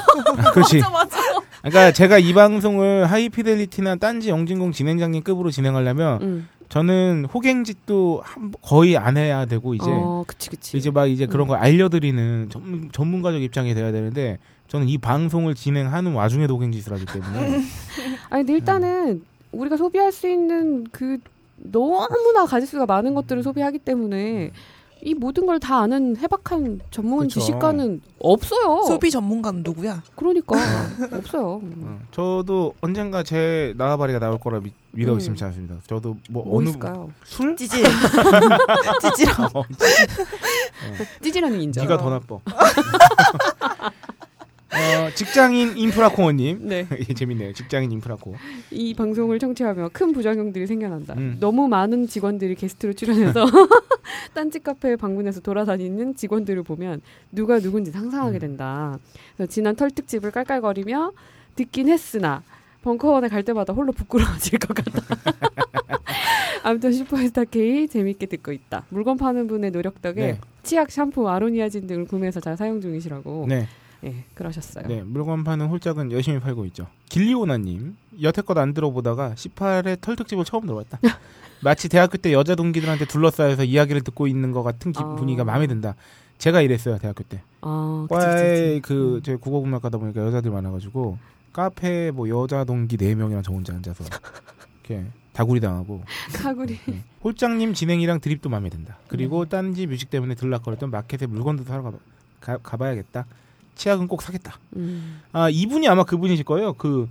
S4: 그렇지.
S5: (laughs) 맞아.
S4: 그러니까 제가 이 방송을 하이피델리티나 딴지 영진공 진행장님급으로 진행하려면
S3: 음.
S4: 저는 호갱짓도 한- 거의 안 해야 되고 이제
S3: 어, 그치 그치.
S4: 이제 막 이제 그런
S3: 음.
S4: 걸 알려드리는 전문, 전문가적 입장이 돼야 되는데 저는 이 방송을 진행하는 와중에도 호갱짓을
S3: (laughs)
S4: 하기 때문에
S3: 아니 근데 일단은 우리가 소비할 수 있는 그 너무나 가질 수가 많은
S4: 음.
S3: 것들을 소비하기 때문에 이 모든 걸 다 아는 해박한 전문
S4: 그쵸.
S3: 지식가는 없어요.
S5: 소비 전문가는
S3: (laughs)
S5: 누구야?
S3: 그러니까 없어요. 음.
S4: 어, 저도 언젠가 제 나와바리가 나올 거라 믿, 믿어
S3: 음.
S4: 의심치 않습니다. 저도 뭐,
S3: 뭐
S4: 어느
S3: 있을까요?
S4: 술?
S5: 찌질. (laughs) 찌질함.
S4: 어,
S3: 찌질하는 인정.
S4: 네가 더 나빠. (laughs) 어, 직장인 인프라코어님 (laughs)
S3: 네.
S4: 예, 재밌네요. 직장인 인프라코.
S3: 이 방송을 청취하며 큰 부작용들이 생겨난다.
S4: 음.
S3: 너무 많은 직원들이 게스트로 출연해서
S4: (laughs)
S3: 딴지 카페에 방문해서 돌아다니는 직원들을 보면 누가 누군지 상상하게
S4: 음.
S3: 된다. 그래서 지난 털특집을 깔깔거리며 듣긴 했으나 벙커원에 갈 때마다 홀로 부끄러워질 것 같다.
S4: (laughs)
S3: 아무튼 슈퍼스타 K 재밌게 듣고 있다. 물건 파는 분의 노력 덕에
S4: 네.
S3: 치약, 샴푸, 아로니아진 등을 구매해서 잘 사용 중이시라고
S4: 네,
S3: 예, 그러셨어요.
S4: 네 물건 파는 홀짝은 열심히 팔고 있죠. 길리오나님 여태껏 안 들어보다가 18회 털특집을
S3: (laughs)
S4: 처음 들어봤다. 마치 대학교 때 여자 동기들한테 둘러싸여서 이야기를 듣고 있는 것 같은 기,
S3: 아.
S4: 분위기가 마음에 든다. 제가 이랬어요 대학교 때.
S3: 아, 그치, 그치, 그치.
S4: 과에 그 제 국어문학과다 보니까 여자들 많아가지고 카페 뭐 여자 동기 네 명이랑 저 혼자 앉아서 이렇게 다구리 당하고
S3: 사구리.
S4: 네. 홀장님 진행이랑 드립도 마음에 든다. 그리고 딴지 뮤직 때문에 들락거렸던 마켓에 물건도 사러 가봐, 가, 가봐야겠다. 치약은 꼭 사겠다.
S3: 음.
S4: 아 이분이 아마 그분이실 거예요. 그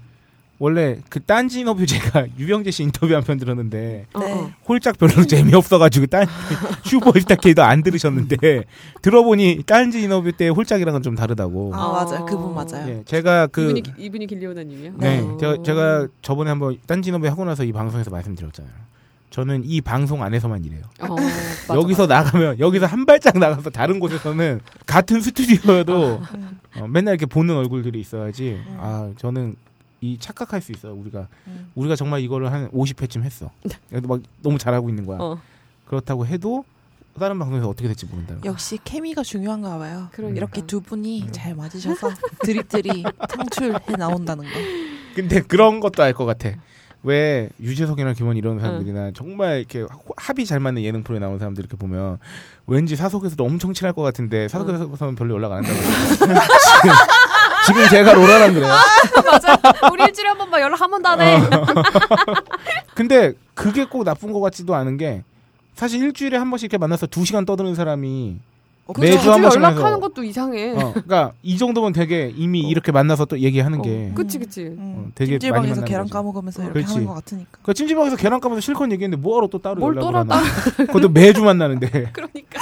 S4: 원래 그 딴지 인터뷰 제가 (laughs) 유병재 씨 인터뷰 한 편 들었는데
S3: 어,
S5: 네.
S3: 어.
S4: 홀짝 별로 재미없어가지고 딴 (laughs) 슈퍼스타 K도 안 들으셨는데 들어보니 딴지 인터뷰 때 홀짝이랑은 좀 다르다고.
S5: 아 맞아. 그분 맞아요.
S4: 예, 제가 그
S3: 이분이 이분이 길리오나님이요.
S4: 네,
S5: 어.
S4: 제가, 제가 저번에 한번 딴지 인터뷰 하고 나서 이 방송에서 말씀드렸잖아요. 저는 이 방송 안에서만 일해요.
S3: 어,
S4: 그
S3: 맞아,
S4: 여기서 나가면 여기서 한 발짝 나가서
S3: (laughs)
S4: 다른 곳에서는 같은 스튜디오여도
S3: 아,
S4: 어, 맨날 이렇게 보는 얼굴들이 있어야지.
S3: 네.
S4: 아 저는 이 착각할 수 있어요. 우리가
S5: 음.
S4: 우리가
S3: (laughs)
S4: 정말 이거를 한 50회쯤 했어. 그래도 막 너무 잘하고 있는 거야.
S3: 맞아. 어.
S4: 그렇다고 해도 다른 방송에서 어떻게 될지 모른다.
S5: 역시 케미가 중요한가 봐요.
S3: 그러니까.
S5: 이렇게 두 분이
S4: 음.
S5: 잘 맞으셔서
S3: (laughs)
S5: 드립들이 창출해 나온다는 거.
S4: 근데 그런 것도 알 것 같아. 왜 유재석이나 김원 이런 사람들이나 정말 이렇게 하- 합이 잘 맞는 예능 프로에 나오는 사람들 이렇게 보면 왠지 사석에서도 엄청 친할 것 같은데 사석에서는 별로 연락 안
S3: (laughs)
S4: 한다고. 지금, 지금 제가 로라랑 그래요. 어.
S3: 맞아. 우리 일주일에 한 번만 연락 한 번도 안 해.
S4: (laughs) 근데 그게 꼭 나쁜 것 같지도 않은 게 사실 일주일에 한 번씩 이렇게 만나서 두 시간 떠드는 사람이
S5: 어,
S4: 매주
S3: 자주
S4: 한 번씩
S3: 연락하는
S4: 해서.
S3: 것도 이상해.
S4: 어, 그러니까 이 정도면 되게
S3: 어.
S4: 이미 이렇게 만나서 또 얘기하는 게
S3: 그치 그치.
S5: 음.
S4: 어, 되게 많이
S5: 찜질방에서
S4: 만나는
S5: 계란
S4: 거지.
S5: 까먹으면서 이렇게
S4: 그렇지.
S5: 하는 것 같으니까.
S4: 그 찜질방에서 계란 까면서 실컷 얘기했는데 뭐하러 또 따로
S3: 뭘
S4: 연락을
S3: 또라
S4: 하나. (laughs) 그것도 매주 만나는데
S3: (laughs) 그러니까.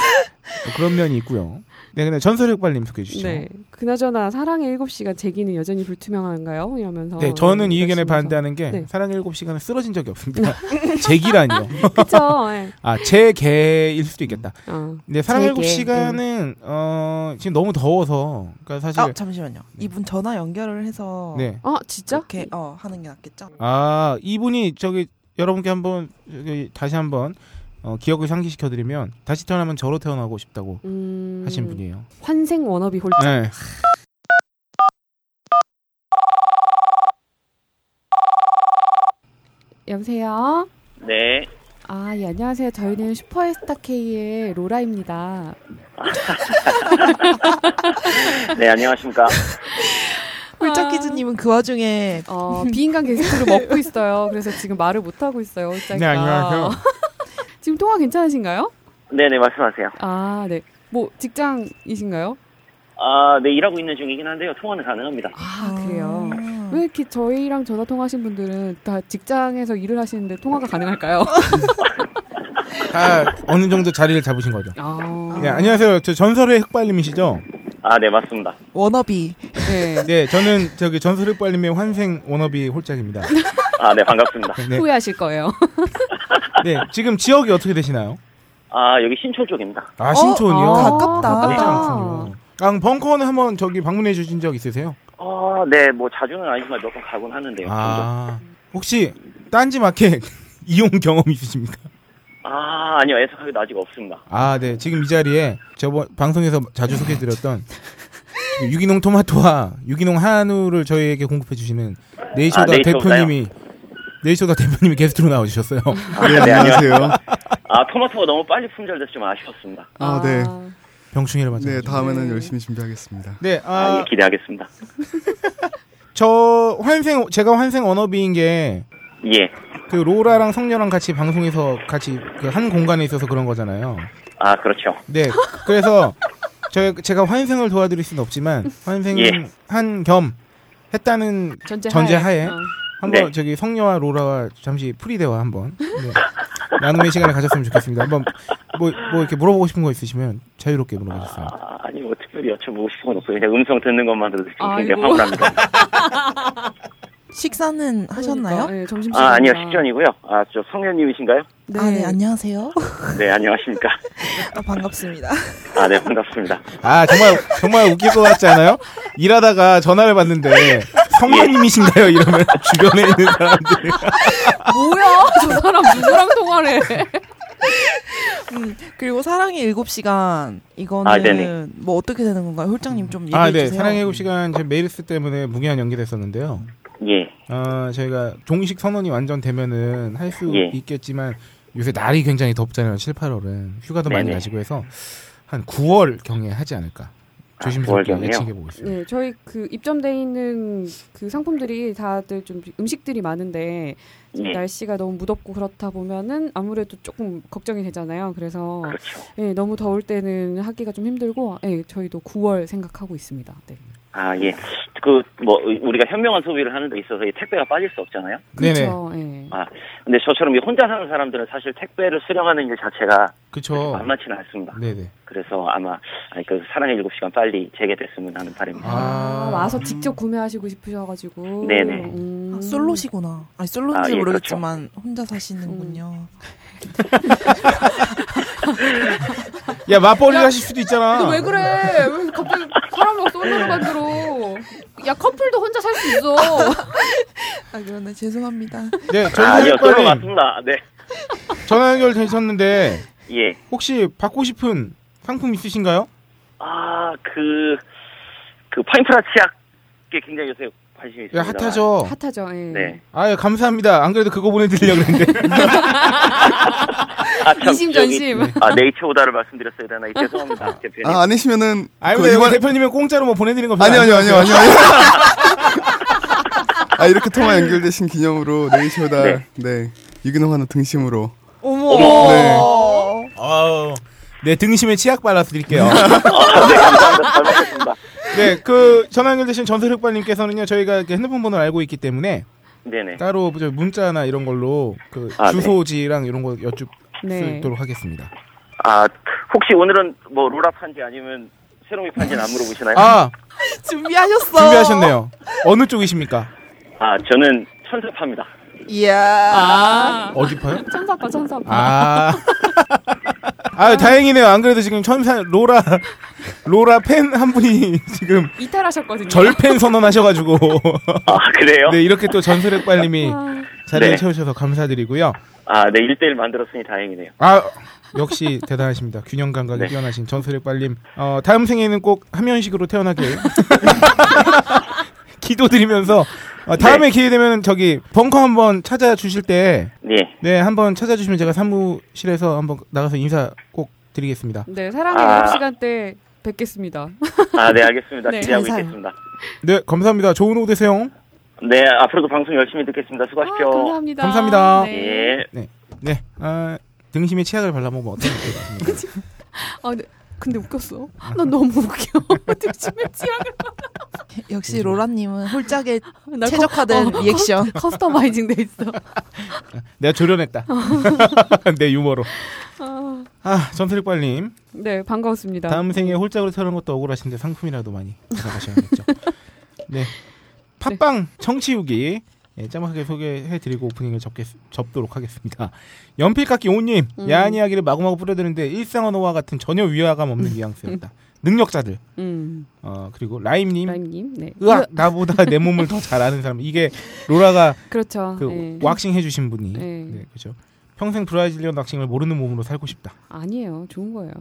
S4: 그런 면이 있고요. 네, 근데 전설육발님 소개해 주시죠.
S3: 네. 그나저나 사랑의 일곱 시간 제기는 여전히 불투명한가요? 이러면서.
S4: 네, 저는 이 의견에
S3: 이러시면서.
S4: 반대하는 게
S3: 어, 네.
S4: 사랑의 일곱 시간은 쓰러진 적이 없습니다. (laughs) 제기라니요.
S3: (laughs) 그쵸. 예.
S4: (laughs) 아, 제 개일 수도 있겠다.
S3: 어.
S4: 근데 사랑의
S3: 제 개,
S4: 일곱 시간은 어, 지금 너무 더워서 그러니까 사실
S5: 아 잠시만요. 이분 전화 연결을 해서
S4: 네.
S3: 아 진짜?
S5: 이렇게 어, 하는 게 낫겠죠?
S4: 아, 이분이 저기 여러분께 한번 저기 다시 한번 어, 기억을 상기시켜 드리면 다시 태어나면 저로 태어나고 싶다고
S3: 음...
S4: 하신 분이에요.
S3: 환생 워너비 홀짝.
S4: 네.
S3: 여보세요.
S6: 네.
S3: 아, 예, 안녕하세요. 저희는 슈퍼에스타 K의 로라입니다.
S6: 네, 안녕하십니까.
S5: 홀짝 퀴즈님은 그 와중에
S4: (laughs)
S3: 어, 비인간 게스트를 먹고 있어요. 그래서 지금 말을 못 하고 있어요. 홀짝이가.
S4: 네, 안녕하세요.
S3: 지금 통화 괜찮으신가요?
S6: 네네, 말씀하세요.
S3: 아, 네. 뭐 직장이신가요?
S6: 아, 네, 일하고 있는 중이긴 한데요. 통화는 가능합니다.
S3: 아, 그래요.
S5: 음,
S3: 왜 이렇게 저희랑 전화 통화하신 분들은 다 직장에서 일을 하시는데 통화가 (laughs) 가능할까요?
S4: 아, 어느 정도 자리를 잡으신 거죠.
S3: 아,
S4: 네, 안녕하세요. 저 전설의 흑발님이시죠?
S6: 아, 네, 맞습니다.
S5: 워너비
S3: 네.
S4: 네, 저는 저기 전설의 흑발님의 환생 워너비 홀짝입니다.
S6: 아, 네, 반갑습니다.
S4: 네,
S3: 후회하실 거예요.
S4: 네, 지금 지역이 어떻게 되시나요?
S6: 아, 여기 신촌 쪽입니다.
S4: 아,
S5: 어,
S4: 신촌이요.
S5: 가깝다.
S4: 아,
S6: 가깝다.
S4: 않군요. 아, 벙커는 한번 저기 방문해 주신 적 있으세요?
S6: 아, 네, 뭐 자주는 아니지만 몇 번 가곤 하는데요.
S4: 아, 혹시 딴지 마켓 (laughs) 이용 경험 있으십니까?
S6: 아, 아니요. 애석하게도 아직 없습니다.
S4: 아, 네. 지금 이 자리에 저번 방송에서 자주 소개해드렸던 그 유기농 토마토와 유기농 한우를 저희에게 공급해주시는 네이처다
S6: 아, 네이처
S4: 대표님이 네이처다 대표님이 게스트로 나와주셨어요. (laughs)
S6: 아,
S1: 네, 안녕하세요.
S6: 아, 토마토가 너무 빨리 품절돼서 좀 아쉬웠습니다.
S1: 아, 네.
S4: 병충해를 맞아.
S1: 네,
S4: 네,
S1: 다음에는
S3: 네.
S1: 열심히 준비하겠습니다.
S4: 네,
S6: 아,
S4: 아,
S6: 예, 기대하겠습니다.
S4: 저 환생 제가 환생 언어비인 게 그
S6: 예.
S4: 로라랑 성녀랑 같이 방송에서 같이 그한 공간에 있어서 그런 거잖아요.
S6: 아, 그렇죠.
S4: 네, 그래서 저 제가 환생을 도와드릴 수는 없지만 환생
S6: 예.
S4: 한 겸 했다는
S3: 전제하에.
S4: 전제하에.
S3: 어.
S4: 한번
S6: 네.
S4: 저기 성녀와 로라와 잠시 프리 대화 한번 네. 나눔의 시간을 가졌으면 좋겠습니다. 한번 뭐 뭐 이렇게 물어보고 싶은 거 있으시면 자유롭게 물어보셨어요.
S6: 아, 아니, 뭐 특별히 여쭤보고 싶은 건 없어요. 그냥 음성 듣는 것만으로도 지금 굉장히
S3: 아이고.
S6: 황홀합니다.
S5: 식사는 하셨나요?
S3: 그러니까, 네, 점심시간.
S6: 아, 아니요. 식전이고요. 아, 저 성현님이신가요?
S3: 네.
S5: 아, 네, 안녕하세요. (laughs)
S6: 네, 안녕하십니까.
S5: 아, (laughs) 반갑습니다.
S6: 아, 네, 반갑습니다.
S4: 아 정말 정말 웃길 것 같지 않아요? 일하다가 전화를 받는데 성녀님이신가요? 이러면 (laughs) 주변에 있는 사람들
S3: (laughs) 뭐야? 저 사람 누구랑 통화를 해?
S5: 음. 그리고 사랑의 일곱 시간 이거는
S6: 아, 네네.
S5: 뭐 어떻게 되는 건가요? 홀장님 좀 얘기해
S4: 아 네
S5: 주세요.
S4: 사랑의 일곱 시간 제 메일스 때문에 무기한 연기됐었는데요.
S6: 예.
S4: 아 저희가 종식 선언이 완전 되면은 할 수
S6: 예.
S4: 있겠지만 요새 날이 굉장히 덥잖아요. 7, 8월은 휴가도 많이
S6: 네네.
S4: 가시고 해서 한 9월 경에 하지 않을까
S6: 아,
S4: 조심스럽게
S6: 9월 경에요?
S4: 예측해 보고 있습니다.
S3: 네, 저희 그 입점돼 있는 그 상품들이 다들 좀 음식들이 많은데 지금
S6: 예.
S3: 날씨가 너무 무덥고 그렇다 보면은 아무래도 조금 걱정이 되잖아요. 그래서
S6: 그렇죠.
S3: 예, 너무 더울 때는 하기가 좀 힘들고 예, 저희도 9월 생각하고 있습니다. 네.
S6: 아, 예. 그, 뭐, 우리가 현명한 소비를 하는 데 있어서 이 택배가 빠질 수 없잖아요.
S4: 네네.
S3: 그렇죠. 예.
S6: 아. 근데 저처럼 이 혼자 사는 사람들은 사실 택배를 수령하는 일 자체가
S4: 그쵸.
S6: 만만치는 않습니다.
S4: 네네.
S6: 그래서 아마, 아니, 그 사랑의 일곱 시간 빨리 재개됐으면 하는 바람입니다.
S4: 아.
S3: 아, 와서 직접 구매하시고 싶으셔가지고.
S6: 네네.
S3: 음.
S5: 아, 솔로시구나. 음. 아니 솔로인지
S6: 아, 예,
S5: 모르겠지만 혼자 사시는군요.
S4: 야 맞벌이 하실 수도 있잖아.
S3: 너 왜 그래? 왜 갑자기 사람을 솔로로 만들어? 야 커플도 혼자 살 수
S6: (laughs)
S3: 있어.
S5: 아 (laughs) 그러네 죄송합니다.
S4: 네
S6: 아, 니요
S4: 전화
S6: 저로
S4: 연결
S6: 맞습니다. 네.
S4: 전화 연결 되셨는데
S6: 예.
S4: 혹시 받고 싶은 상품 있으신가요?
S6: 아, 그, 그 파인프라 치약에 굉장히 요새 관심이
S4: 예,
S6: 있습니다.
S4: 핫하죠.
S3: 핫하죠. 예.
S6: 네.
S4: 아, 예, 감사합니다. 안 그래도 그거 보내드리려고 했는데.
S6: 아, 참,
S3: 이심전심.
S6: 저기, 아, 네이처 오다를 말씀드렸어야 되나. 이
S4: (laughs)
S6: 죄송합니다. 대표님.
S1: 아, 아니시면은
S4: 아니,
S1: 그
S4: 근데
S1: 이완-
S4: 대표님은 공짜로 뭐 보내드리는 거 별로
S1: 아니
S4: 안
S1: 아니 아니
S4: 좋아하세요?
S1: 아니. 아니. (laughs) 아 이렇게 통화 연결되신 기념으로 네이처달 네. 유기농 하나 등심으로 아,
S5: 어머.
S1: 네.
S4: 아우, 네, 등심에 치약 발라서
S6: (laughs)
S4: 드릴게요.
S6: 아, 네, 감사합니다. 잘 먹겠습니다.
S4: 네, 그 전화 연결되신 전설흑발님께서는요, 저희가 이렇게 핸드폰 번호를 알고 있기 때문에
S6: 네네.
S4: 따로 뭐 저 문자나 이런 걸로 그
S6: 아, 네.
S4: 주소지랑 이런 거 여쭙 수
S3: 네.
S4: 있도록 하겠습니다.
S6: 아, 혹시 오늘은 뭐 로라 판지 아니면 새로미 판지는 안 물어보시나요?
S4: 아,
S5: 준비하셨어.
S4: 준비하셨네요. 어느 쪽이십니까?
S6: 아, 저는 천사파입니다.
S5: 이야.
S3: 아.
S4: 어디파요?
S3: 천사빠 천사빠.
S4: 아. 아, 다행이네요. 안 그래도 지금 천사 로라 로라 팬 한 분이 지금
S3: 이탈하셨거든요.
S4: 절팬
S6: (laughs)
S4: 선언하셔가지고
S6: 아, 그래요?
S4: 네 이렇게 또 전설의빨님이
S3: 아.
S4: 자리를
S6: 네.
S4: 채우셔서 감사드리고요.
S6: 아, 네, 1대1 만들었으니 다행이네요.
S4: 아 역시 대단하십니다. 균형 감각이
S6: 네.
S4: 뛰어나신 전설의빨님. 어, 다음 생에는 꼭 함연식으로 태어나길 (laughs) 기도드리면서 어, 다음에
S6: 네.
S4: 기회 되면 저기 벙커 한번 찾아주실 때
S6: 네.
S4: 네, 한번 찾아주시면 제가 사무실에서 한번 나가서 인사 꼭 드리겠습니다.
S3: 네, 사랑의
S6: 아.
S3: 아. 시간 때 뵙겠습니다.
S6: 아, 네, 알겠습니다.
S3: (laughs) 네,
S6: 기대하고
S5: 감사해요.
S6: 있겠습니다.
S4: 네, 감사합니다. 좋은 오후 되세요.
S6: 네, 앞으로도 방송 열심히 듣겠습니다.
S3: (laughs)
S6: 수고하십시오.
S3: 아, 감사합니다.
S4: 감사합니다.
S3: 네.
S6: 예.
S4: 네, 아, 등심에 치약을 발라먹으면 어떻게 되겠습니까?
S3: 아, 근데, 근데 웃겼어. 난 너무 웃겨. (laughs) 등심에 치약을.
S5: 역시 로라님은 홀짝에
S3: 나
S5: 최적화된
S3: 거- 어,
S5: 리액션.
S3: (laughs) 커스터마이징 돼 있어.
S4: 내가
S6: (laughs)
S4: 조련했다. 내 유머로.
S3: 아.
S4: 아, 전설빨님
S3: 네, 반가웠습니다.
S4: 다음 생에 홀짝으로 태어난 것도 억울하신데 상품이라도 많이
S3: (laughs)
S4: 가져가셔야겠죠. 네, 팟빵 청취우기 예, 짤막하게 소개해드리고 오프닝을 접겠, 접도록 하겠습니다. 연필깎이 오님
S3: 음.
S4: 야한 이야기를 마구마구 뿌려드는데 일상언어와 같은 전혀 위화감 없는 뉘앙스였다. 능력자들
S3: 음.
S4: 어 그리고 라임님 그
S3: 라임님. 네.
S4: 으악 나보다 내 몸을 더 잘 아는 사람 이게 로라가
S3: 그렇죠.
S4: 그
S3: 네.
S4: 왁싱 해주신 분이
S3: 네.
S4: 네 그죠 평생 브라질리언 왁싱을 모르는 몸으로 살고 싶다
S3: 아니에요. 좋은 거예요.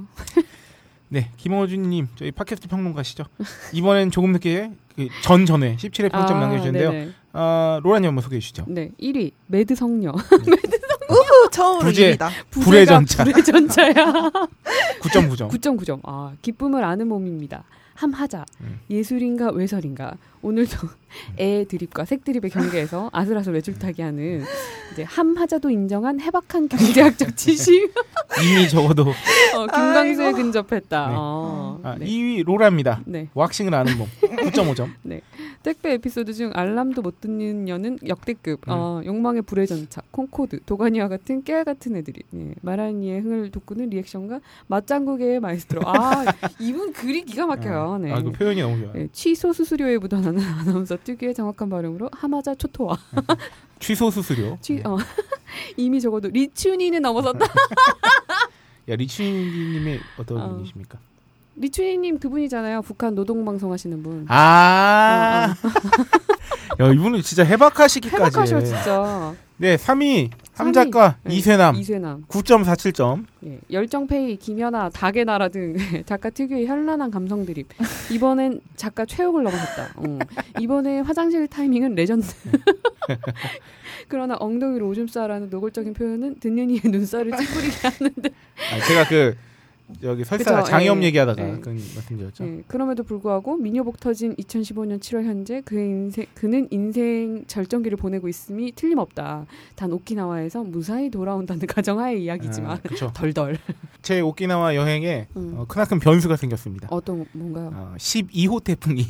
S4: 네 김어준님 저희 팟캐스트 평론가시죠 이번엔 조금 늦게 그 전 전회 17회 평점 남겨주셨는데요
S3: 아, 네네.
S4: 아 로라님 한번 소개해 주시죠
S3: 네, 1위 매드 성녀.
S5: 우후, 처음으로
S4: 부재.
S5: 입니다.
S4: 불의
S3: 부재가 (laughs)
S4: 전차.
S3: 불의 전차야.
S4: 9.9점
S3: 9.9점. 아, 기쁨을 아는 몸입니다. 함하자.
S4: 음.
S3: 예술인가 외설인가. 오늘도 애의 드립과 색 드립의 경계에서 아슬아슬 외줄타기 하는 이제 함하자도 인정한 해박한 경제학적
S4: (laughs) 네.
S3: 지식.
S4: 이미 적어도
S3: 어, 김광수에
S5: 아이고.
S3: 근접했다.
S4: 네.
S3: 어,
S4: 아,
S3: 네.
S4: 2위 로라입니다
S3: 네.
S4: 왁싱을 아는 몸
S3: (laughs)
S4: 9.5점
S3: 택배 에피소드 중 알람도 못 듣는 여는 역대급
S4: 음.
S3: 어, 욕망의 불의 전차 콩코드 도가니와 같은 깨알 같은 애들이 예, 마라니의 흥을 돋구는 리액션과 맞장구계의 마이스트로
S4: (laughs)
S3: 아 이분 글이 기가 막혀요 네.
S4: 아, 그 표현이 너무 좋아요
S3: 예, 취소 수수료에 묻어나는 (laughs) 아나운서 특유의 정확한 발음으로 하마자 초토화
S4: 취소 수수료 네.
S3: 취, 어, (laughs) 이미 적어도 리춘이는 넘어섰다
S4: 야 리춘님의 어떤
S3: 어.
S4: 분이십니까
S3: 리춘이님 그분이잖아요 북한 노동방송 하시는 분
S4: 아. (laughs) 야, 이분은 진짜 해박하시기까지.
S3: 어, 해박하셔 진짜
S4: 네, 3위.
S3: 삼위.
S4: 함작가
S3: 네,
S4: 이세남.
S3: 이세남
S4: 9.47점.
S3: 예, 열정페이, 김연아, 닭의 나라 등 (laughs) 작가 특유의 현란한 감성 드립. 이번엔 작가 최욱을 넘어섰다. 어. 이번에 화장실 타이밍은 레전드.
S4: 네.
S3: (laughs) 그러나 엉덩이로 오줌 싸라는 노골적인 표현은 듣는 이의 눈살을 찌푸리게 하는데.
S4: 아, 제가 그 여기 설사
S3: 그쵸,
S4: 장염
S3: 예,
S4: 얘기하다가
S3: 예.
S4: 그런 말씀드렸죠.
S3: 예, 그럼에도 불구하고 민요복 터진 2015년 7월 현재 그의 인생, 그는 인생 절정기를 보내고 있음이 틀림없다. 단 오키나와에서 무사히 돌아온다는 (laughs) 가정하의 이야기지만 (laughs)
S4: 그렇죠.
S3: 덜덜.
S4: 제 오키나와 여행에
S3: 음.
S4: 어, 크나큰 변수가 생겼습니다.
S3: 어떤 뭔가요?
S4: 어, 12호 태풍이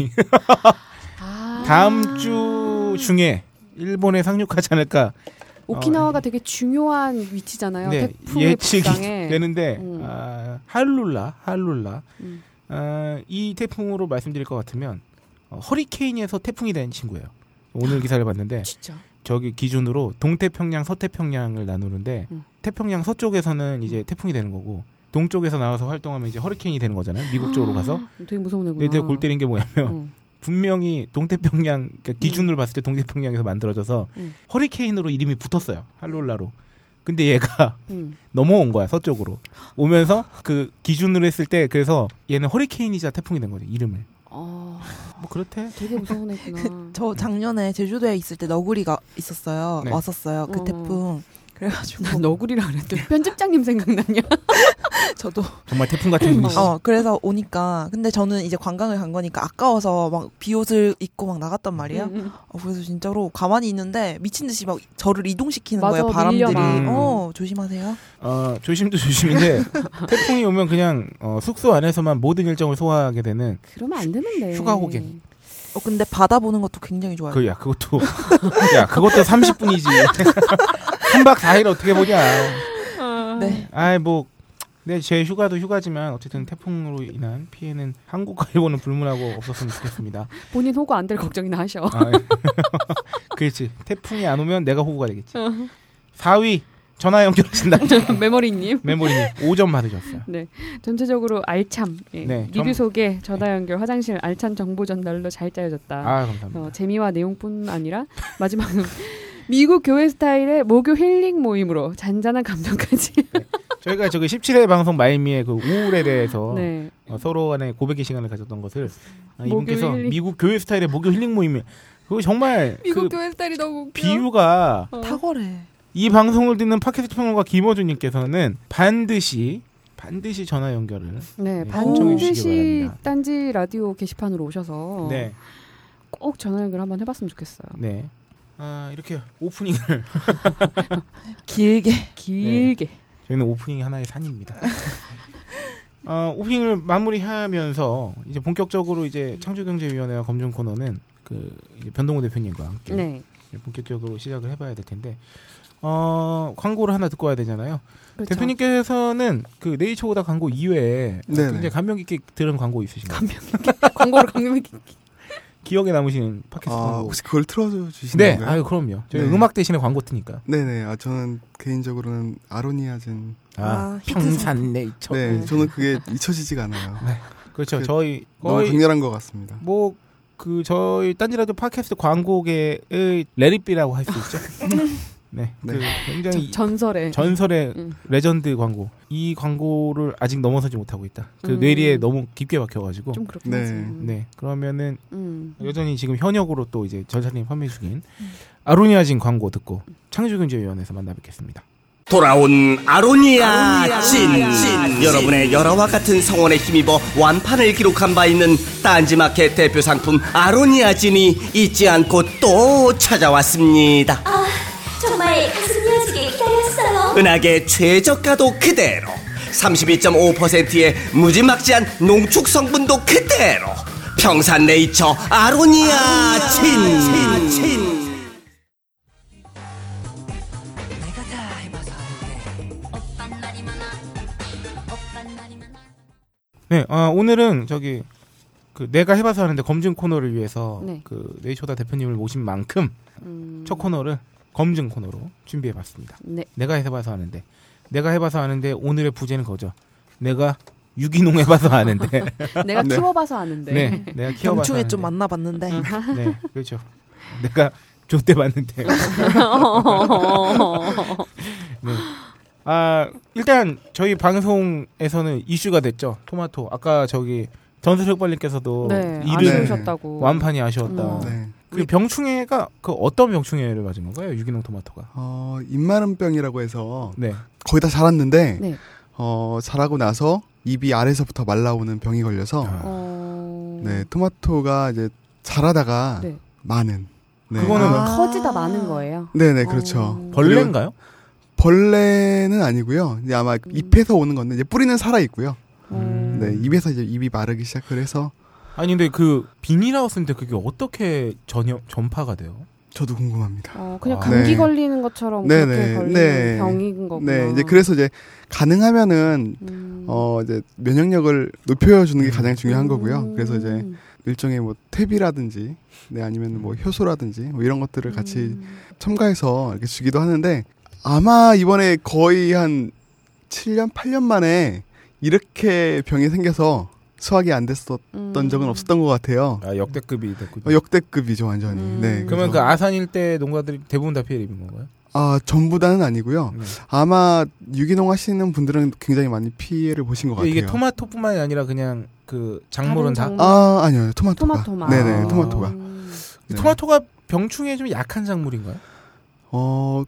S3: 아.
S4: 다음 주 중에 일본에 상륙하지 않을까
S3: 아. 오키나와가 되게 중요한 위치잖아요.
S4: 네,
S3: 태풍의
S4: 예측이
S3: 북상에.
S4: (laughs) 되는데
S3: 음.
S4: 아, 할룰라 할룰라
S3: 음.
S4: 아, 이 태풍으로 말씀드릴 것 같으면 어, 허리케인에서 태풍이 된 친구예요.
S3: 아,
S4: 오늘 기사를 봤는데
S3: 진짜.
S4: 저기 기준으로 동태평양 서태평양을 나누는데
S3: 음.
S4: 태평양 서쪽에서는 이제 태풍이 되는 거고 동쪽에서 나와서 활동하면 이제 허리케인이 되는 거잖아요. 미국 쪽으로 가서.
S3: 아, 되게 무서운 애구나. 음.
S4: 근데 되게 네, 골 때린 게 뭐냐면
S3: 응.
S4: 분명히 동태평양 그러니까 기준으로 봤을 때 동태평양에서 만들어져서
S3: 음.
S4: 허리케인으로 이름이 붙었어요. 할룰라로. 근데 얘가 (laughs)
S3: 음.
S4: 넘어온 거야 서쪽으로 오면서 그 기준으로 했을 때 그래서 얘는 허리케인이자 태풍이 된 거지 이름을
S3: 어,
S4: 뭐 그렇대
S3: 되게 무서운 애구나.
S5: 저 작년에 제주도에 있을 때 너구리가 있었어요.
S4: 네.
S5: 왔었어요. 그
S3: 어.
S5: 태풍. 그래가지고
S3: 난 너구리라 그랬더니 편집장님 생각나냐?
S5: 저도
S4: 정말 태풍 같은 분이
S5: 어 그래서 오니까 근데 저는 이제 관광을 간 거니까 아까워서 막 비옷을 입고 막 나갔단 말이에요.
S3: 음, 음.
S5: 어, 그래서 진짜로 가만히 있는데 미친 듯이 막 저를 이동시키는
S3: 맞아,
S5: 거예요. 바람들이.
S3: 밀려나.
S5: 어 조심하세요.
S4: 어, 조심도 조심인데 태풍이 오면 그냥 어, 숙소 안에서만 모든 일정을 소화하게 되는
S3: 그러면 안 되는데.
S4: 휴가 고객.
S5: 어 근데 바다 보는 것도 굉장히 좋아요.
S4: 그야 그것도 야 그것도 30분이지 3박 4일 어떻게 보냐
S3: 아,
S5: 네.
S4: 아이 뭐 근데 제 휴가도 휴가지만 어쨌든 태풍으로 인한 피해는 한국과 일본은 불문하고 없었으면 좋겠습니다.
S3: 본인 호구 안 될 걱정이나 하셔. (laughs)
S4: 아, 예. (laughs) 그렇지. 태풍이 안 오면 내가 호구가 되겠지. 4위 전화 연결하신다. (laughs)
S3: 메모리님.
S4: 메모리님 5점 받으셨어요.
S3: 전체적으로 알참. 예.
S4: 네,
S3: 리뷰
S4: 점-
S3: 소개, 전화 연결, 화장실 알찬 정보 전달로 잘 짜여졌다.
S4: 아 감사합니다.
S3: 어, 재미와 내용뿐 아니라 마지막은 (laughs) 미국 교회 스타일의 모교 힐링 모임으로 잔잔한 감정까지.
S4: 저희가 저기 17회 방송 마이미의 그 우울에 대해서
S3: (laughs) 네.
S4: 어, 서로 간의 고백의 시간을 가졌던 것을 아,
S3: 목요
S4: 이분께서
S3: 힐링.
S4: 미국 교회 스타일의 목요 힐링 모임이 그거 정말 그
S3: 교회 스타일이 너무 웃겨.
S4: 비유가
S3: 어.
S5: 탁월해.
S4: 이 방송을 듣는 팟캐스트 평론가 김어준님께서는 반드시 반드시 전화 연결을
S3: 네,
S4: 네,
S5: 청해
S4: 주시기
S3: 반드시
S4: 바랍니다.
S3: 딴지 라디오 게시판으로 오셔서
S4: 네,
S3: 꼭 전화 연결 한번 해봤으면 좋겠어요.
S4: 네. 아, 이렇게 오프닝을 (laughs)
S5: 길게.
S3: 길게.
S4: 저희는 오프닝
S3: (laughs)
S4: 하나의 산입니다. 어, 오프닝을 마무리하면서 이제 본격적으로 이제 창조경제위원회와 검증 코너는 그 이제 변동호 대표님과 함께
S3: 네.
S4: 이제 본격적으로 시작을 해봐야 될 텐데 어, 광고를 하나 듣고 와야 되잖아요.
S3: 그렇죠.
S4: 대표님께서는 그 네이처오다 광고 이외에
S1: 네네.
S4: 굉장히 감명 깊게 들은 광고 있으신가요?
S3: 광고를 강요하기.
S4: 기억에 남으시는 팟캐스트
S1: 아,
S4: 광고.
S1: 혹시 그걸 틀어주시는
S4: 네,
S1: 건가요?
S4: 아유 그럼요. 저희
S1: 네.
S4: 음악 대신에 광고 트니까.
S1: 네네. 아, 저는 개인적으로는 아로니아진.
S5: 아, 히트
S4: 평산 네이처.
S1: 네, 저는 그게 잊혀지지가 않아요.
S4: 그렇죠.
S1: 그-
S4: 저희
S1: 너무
S4: 거의
S1: 강렬한 것 같습니다.
S4: 뭐 그 저희 딴지라디오 팟캐스트 광고계의 레리비라고 할 수
S1: (laughs)
S4: 있죠. 네, 그
S1: 네.
S3: (laughs)
S4: 굉장히
S3: 전설의.
S4: 전설의
S3: 음.
S4: 레전드 광고. 이 광고를 아직 넘어서지 못하고 있다. 그
S3: 음.
S4: 뇌리에 너무 깊게 박혀가지고.
S3: 좀 그렇긴
S1: 네.
S3: 하지.
S4: 네, 그러면은 (laughs)
S3: 음.
S4: 여전히 지금 현역으로 또 이제 절차님 판매 중인 아로니아진 광고 듣고 창조경제위원회에서 만나뵙겠습니다.
S7: 돌아온 아로니아 진. 여러분의 열화와 같은 성원에 힘입어 완판을 기록한 바 있는 딴지마켓 대표 상품 아로니아 진이 잊지 않고 또 찾아왔습니다.
S2: 정말 가슴이 아지게 기다렸어요.
S7: 은하계 최저가도 그대로 32.5%의 무지막지한 농축 성분도 그대로 평산 네이처 아로니아, 진. 진.
S4: 네, 아, 오늘은 저기 그 내가 해봐서 하는데 검증 코너를 위해서
S3: 네.
S4: 그 네이처다 대표님을 모신 만큼
S3: 음.
S4: 첫 코너를 검증 코너로 준비해봤습니다.
S3: 네.
S4: 내가 해봐서 하는데 내가 해봐서 하는데 오늘의 부제는 거죠. 내가 유기농 해봐서 하는데
S3: 내가
S1: 네.
S3: 키워봐서 아는데. (laughs)
S4: 네, 내가 키워봐서
S5: 경충에
S4: 하는데
S5: 좀 만나봤는데
S3: 아,
S4: 네, 그렇죠. 내가 좆대 봤는데 아 일단 저희 방송에서는 이슈가 됐죠 토마토 아까 저기
S1: 어,
S4: 전수석발님께서도
S3: 네.
S4: 이른
S3: 아쉬우셨다고.
S4: 완판이 아쉬웠다
S3: 음.
S1: 네.
S4: 그 병충해가 그 어떤 병충해를 맞은 건가요 유기농 토마토가
S1: 어, 입마름병이라고 해서
S4: 네
S1: 거의 다 자랐는데
S3: 네.
S1: 어, 자라고 나서 입이 아래서부터 말라오는 병이 걸려서
S4: 아.
S3: 어.
S1: 네, 토마토가 이제 자라다가
S3: 네.
S1: 많은 네.
S4: 그거는
S5: 아.
S3: 커지다 마는 거예요.
S1: 네네 그렇죠.
S3: 어.
S4: 벌레인가요? 음.
S1: 벌레는 아니고요. 이제 아마 입에서 오는 건데 이제 뿌리는 살아 있고요.
S3: 음.
S1: 네, 입에서 이제 입이 마르기 시작을 해서
S4: 아니 근데 그 비닐하우스인데 그게 어떻게 전염 전파가 돼요?
S1: 저도 궁금합니다.
S3: 어, 그냥
S4: 아.
S3: 감기
S1: 네.
S3: 걸리는 것처럼
S1: 네,
S3: 그렇게
S1: 네,
S3: 걸리는
S1: 네.
S3: 병인 거구나.
S1: 네, 이제 그래서 이제 가능하면은
S3: 음.
S1: 어 이제 면역력을 높여주는 게 가장 중요한 거고요.
S3: 음.
S1: 그래서 이제 일종의 뭐 탭이라든지 네 아니면 뭐 효소라든지 뭐 이런 것들을 같이
S3: 음.
S1: 첨가해서 이렇게 주기도 하는데 아마 이번에 거의 한 7년 8년 만에 이렇게 병이 생겨서 수확이 안 됐었던
S3: 음.
S1: 적은 없었던 것 같아요.
S4: 아 역대급이 됐군요.
S1: 어, 역대급이죠 완전히.
S3: 음.
S1: 네.
S4: 그러면 그
S1: 그래서-
S4: 아산 일대 농가들이 대부분 다 피해를 입은 건가요?
S1: 아, 전부 다는 아니고요.
S4: 네.
S1: 아마 유기농 하시는 분들은 굉장히 많이 피해를 보신 것 같아요.
S4: 이게 토마토뿐만이 아니라 그냥 그 작물은 다
S3: 다른
S1: 아, 아니요. 토마토가.
S3: 토마토만.
S1: 네네,
S4: 아.
S1: 토마토가.
S3: 음.
S1: 네.
S4: 토마토가 병충해 좀 약한 작물인가요?
S1: 어,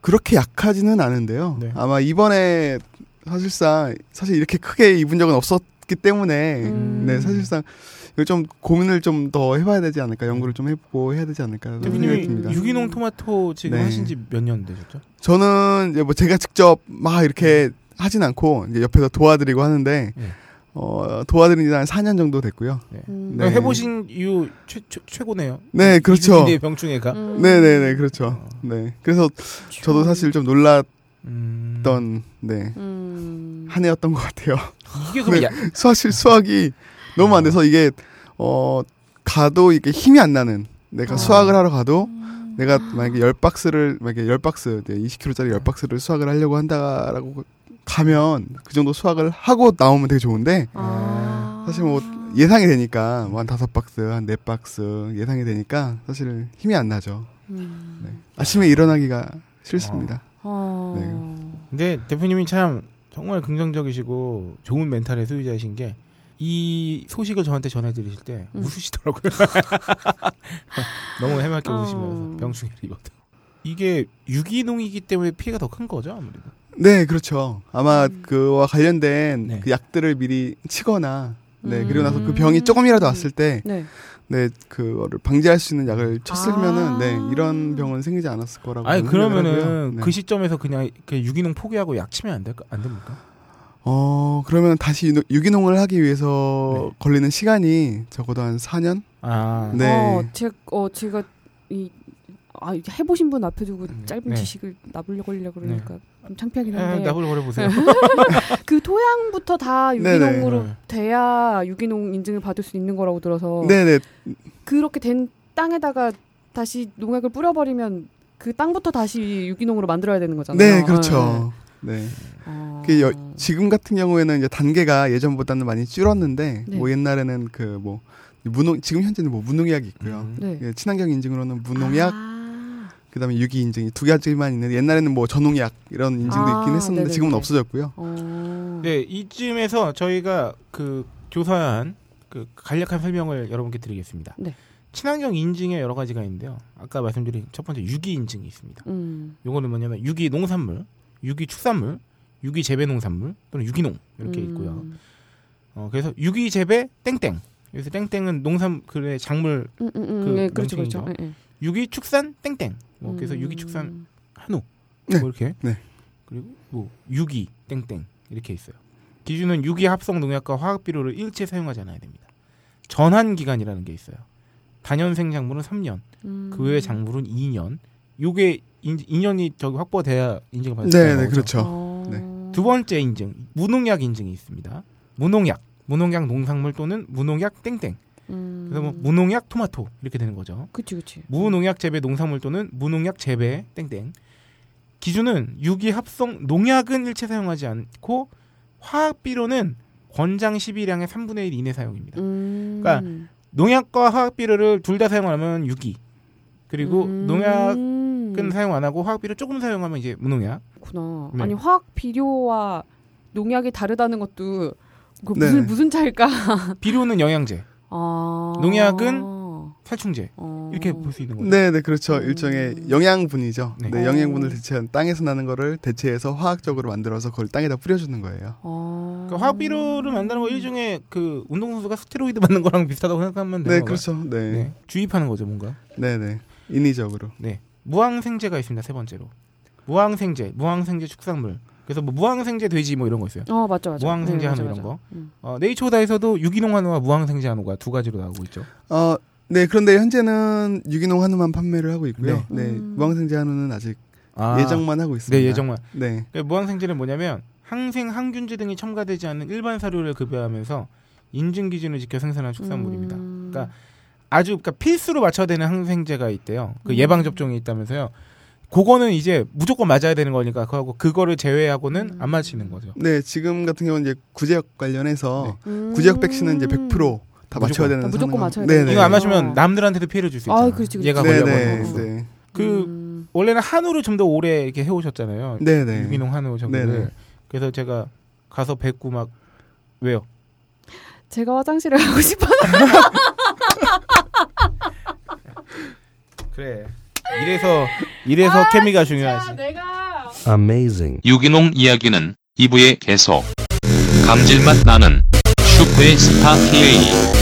S1: 그렇게 약하지는 않은데요.
S4: 네.
S1: 아마 이번에 사실상, 사실 이렇게 크게 입은 적은 없었기 때문에,
S3: 음.
S1: 네, 사실상, 이거 좀 고민을 좀 더 해봐야 되지 않을까, 연구를 좀 해보고 해야 되지 않을까, 생각이
S4: 대표님이
S1: 듭니다.
S4: 유기농 토마토 지금
S1: 네.
S4: 하신 지 몇 년 되셨죠?
S1: 저는 이제 뭐 제가 직접 막 이렇게 하진 않고, 이제 옆에서 도와드리고 하는데,
S4: 네.
S1: 어, 도와드린 지한 4년 정도 됐고요.
S3: 음.
S1: 네.
S4: 해보신 이유 최, 최, 최고네요.
S1: 네, 그렇죠.
S4: 유기농의 병충해가.
S3: 음.
S1: 네네네,
S4: 어.
S1: 그렇죠. 네. 그래서 저도 사실 좀 놀랐던,
S4: 음.
S1: 네.
S3: 음.
S1: 한 해였던 것 같아요.
S4: 이게 그럼
S1: 네.
S4: 야,
S1: (laughs) 사실 수학이 너무 안 돼서 이게, 어, 가도 이게 힘이 안 나는. 내가
S3: 아. 음.
S1: 수학을 하러 가도 내가 만약에 열 박스를, 만약에 열 박스, 20kg짜리 열 박스를 수학을 하려고 한다라고 가면 그 정도 수학을 하고 나오면 되게 좋은데
S3: 아.
S1: 사실 뭐 예상이 되니까 뭐한 다섯 박스, 한 네 박스 예상이 되니까 사실 힘이 안 나죠.
S3: 음.
S1: 네. 아침에 일어나기가 싫습니다. 네.
S3: 어.
S4: 근데 대표님이 참 정말 긍정적이시고 좋은 멘탈의 소유자이신 게 이 소식을 저한테 전해드리실 때
S3: 음.
S4: 웃으시더라고요. (laughs) 너무 해맑게
S3: 어.
S4: 웃으시면서 병충해를 입었다고. 이게 유기농이기 때문에 피해가 더 큰 거죠 아무래도.
S1: 네, 그렇죠. 아마
S3: 음.
S1: 그와 관련된
S4: 네.
S1: 그 약들을 미리 치거나 네,
S3: 음.
S1: 그리고 나서 그 병이 조금이라도 왔을 때
S3: 네.
S1: 네, 그거를 방지할 수 있는 약을 쳤으면은
S3: 아.
S1: 네, 이런 병은 생기지 않았을 거라고
S4: 아니
S1: 생각을 하고요.
S4: 그러면은
S1: 네.
S4: 그 시점에서 그냥 그 유기농 포기하고 약 치면 안 될까 안 됩니까?
S1: 어, 그러면 다시 유노- 유기농을 하기 위해서
S4: 네.
S1: 걸리는 시간이 적어도 한 4년?
S4: 아
S1: 네.
S3: 어, 제, 어, 제가 이 아, 이게 해보신 분 앞에 두고
S4: 네.
S3: 짧은
S4: 네.
S3: 지식을 나불려 걸리려고 그러니까 좀 창피하긴
S4: 에,
S3: 한데
S4: 아, 나불
S3: (laughs)
S4: 걸어보세요.
S3: 그 토양부터 다
S1: 네네.
S3: 유기농으로
S4: 네.
S3: 돼야 유기농 인증을 받을 수 있는 거라고 들어서
S1: 네, 네.
S3: 그렇게 된 땅에다가 다시 농약을 뿌려버리면 그 땅부터 다시 유기농으로 만들어야 되는 거잖아요.
S1: 네, 그렇죠. 네.
S3: 네. 어.
S1: 그게 여- 지금 같은 경우에는 이제 단계가 예전보다는 많이 줄었는데
S3: 네.
S1: 뭐 옛날에는 그 뭐 무농 지금 현재는 뭐 무농약이 있고요.
S4: 음.
S3: 네.
S1: 예, 친환경 인증으로는 무농약,
S3: 아.
S1: 그다음에 유기 인증이 두 가지만 있는데 옛날에는 뭐 전농약 이런 인증도
S3: 아,
S1: 있긴 했었는데 지금은
S3: 네네네.
S1: 없어졌고요.
S3: 어.
S4: 네, 이쯤에서 저희가 그 조사한 그 간략한 설명을 여러분께 드리겠습니다.
S3: 네.
S4: 친환경 인증의 여러 가지가 있는데요. 아까 말씀드린 첫 번째 유기 인증이 있습니다.
S3: 음.
S4: 요거는 뭐냐면 유기 농산물, 유기 축산물, 유기 재배 농산물 또는 유기농 이렇게
S3: 음.
S4: 있고요. 어, 그래서 유기 재배 땡땡. 여기서 땡땡은 농산 그의 작물,
S3: 음, 음, 음.
S4: 그
S3: 네, 그렇죠,
S4: 명칭이죠.
S3: 그렇죠. 예, 예.
S4: 유기 축산 땡땡. 뭐 그래서
S3: 음.
S4: 유기 축산 한우
S1: 네.
S4: 뭐 이렇게
S1: 네.
S4: 그리고 뭐 유기 땡땡 이렇게 있어요. 기준은 유기 합성 농약과 화학 비료를 일체 사용하지 않아야 됩니다. 전환 기간이라는 게 있어요. 단연생 작물은 3년,
S3: 음.
S4: 그 외 작물은 2년. 요게 인, 2년이 저기 확보돼야 인증을 받을 수
S1: 네,
S4: 있는
S1: 네,
S4: 거죠.
S1: 그렇죠.
S3: 어.
S1: 네.
S4: 두 번째 인증, 무농약 인증이 있습니다. 무농약, 무농약 농산물 또는 무농약 땡땡.
S3: 음.
S4: 그래서 뭐 무농약 토마토 이렇게 되는 거죠.
S3: 그치, 그치.
S4: 무농약 재배 농산물 또는 무농약 재배 땡땡 기준은 유기 합성 농약은 일체 사용하지 않고 화학 비료는 권장 12량의 3분의 1 이내 사용입니다.
S3: 음.
S4: 그러니까 농약과 화학 비료를 둘 다 사용하면 유기 그리고
S3: 음.
S4: 농약은 사용 안 하고 화학 비료 조금 사용하면 이제 무농약.
S3: 그렇구나.
S4: 네.
S3: 아니 화학 비료와 농약이 다르다는 것도 그 무슨
S1: 네.
S3: 무슨 차일까?
S4: 비료는 영양제,
S3: 아.
S4: 농약은? 살충제
S3: 어.
S4: 이렇게 볼 수 있는 거죠.
S1: 네, 네, 그렇죠.
S3: 음.
S1: 일종의 영양분이죠.
S4: 네.
S1: 네,
S3: 어.
S1: 영양분을 대체한 땅에서 나는 거를 대체해서 화학적으로 만들어서 그걸 땅에다 뿌려주는 거예요.
S3: 아.
S4: 그러니까 화학 비료를 만드는 거 일종의 그 운동선수가 스테로이드 맞는 거랑 비슷하다고 생각하면 돼요.
S1: 네, 그렇죠. 네,
S4: 네. 주입하는 거죠, 뭔가.
S1: 네, 네, 인위적으로.
S4: 네. 무항생제가 있습니다. 세 번째로. 무항생제, 무항생제 축산물. 그래서 뭐 무항생제 돼지 뭐 이런 거 있어요.
S3: 어 맞죠 맞죠. 네,
S4: 무항생제
S3: 맞아,
S4: 한우 이런
S3: 맞아.
S4: 거.
S3: 음.
S4: 어, 네이처다에서도 유기농 한우와 무항생제 한우가 두 가지로 나오고 있죠.
S1: 어, 네, 그런데 현재는 유기농 한우만 판매를 하고 있고요.
S3: 네.
S1: 네,
S3: 음.
S1: 무항생제 한우는 아직
S4: 아,
S1: 예정만 하고 있습니다.
S4: 네, 예정만.
S1: 네.
S4: 그러니까 무항생제는 뭐냐면 항생, 항균제 등이 첨가되지 않은 일반 사료를 급여하면서 인증 기준을 지켜 생산한 축산물입니다.
S3: 음.
S4: 그러니까 아주 그러니까 필수로 맞춰야 되는 항생제가 있대요. 그
S3: 음.
S4: 예방 접종이 있다면서요. 그거는 이제 무조건 맞아야 되는 거니까 그거하고 그거를 제외하고는 안 맞히는 거죠.
S1: 네, 지금 같은 경우는 이제 구제역 관련해서
S3: 음.
S1: 구제역 백신은 이제
S4: 네.
S1: 100%다
S4: 무조건.
S1: 맞춰야 되는
S3: 다 무조건
S1: 상황.
S3: 맞춰야
S1: 음. 네네.
S3: 되는
S4: 이거 안 마시면
S3: 어.
S4: 남들한테도 피해를 줄 수
S3: 아,
S4: 있잖아.
S3: 그렇지, 그렇지.
S4: 얘가
S3: 네,
S1: 네네.
S4: 걸려버리고.
S1: 네.
S4: 그
S3: 음.
S4: 원래는 한우를 좀 더 오래 이렇게 해오셨잖아요.
S1: 네네.
S4: 유기농 한우 정도를.
S1: 네네.
S4: 그래서 제가 가서 뵙고 막 왜요?
S3: 제가 화장실을 (laughs) 가고 싶어.
S4: 그래. 이래서 이래서 케미가 중요하지.
S3: 내가
S8: Amazing.
S9: 유기농 이야기는 2부에 계속. 감질맛 나는 슈퍼의 스타 K.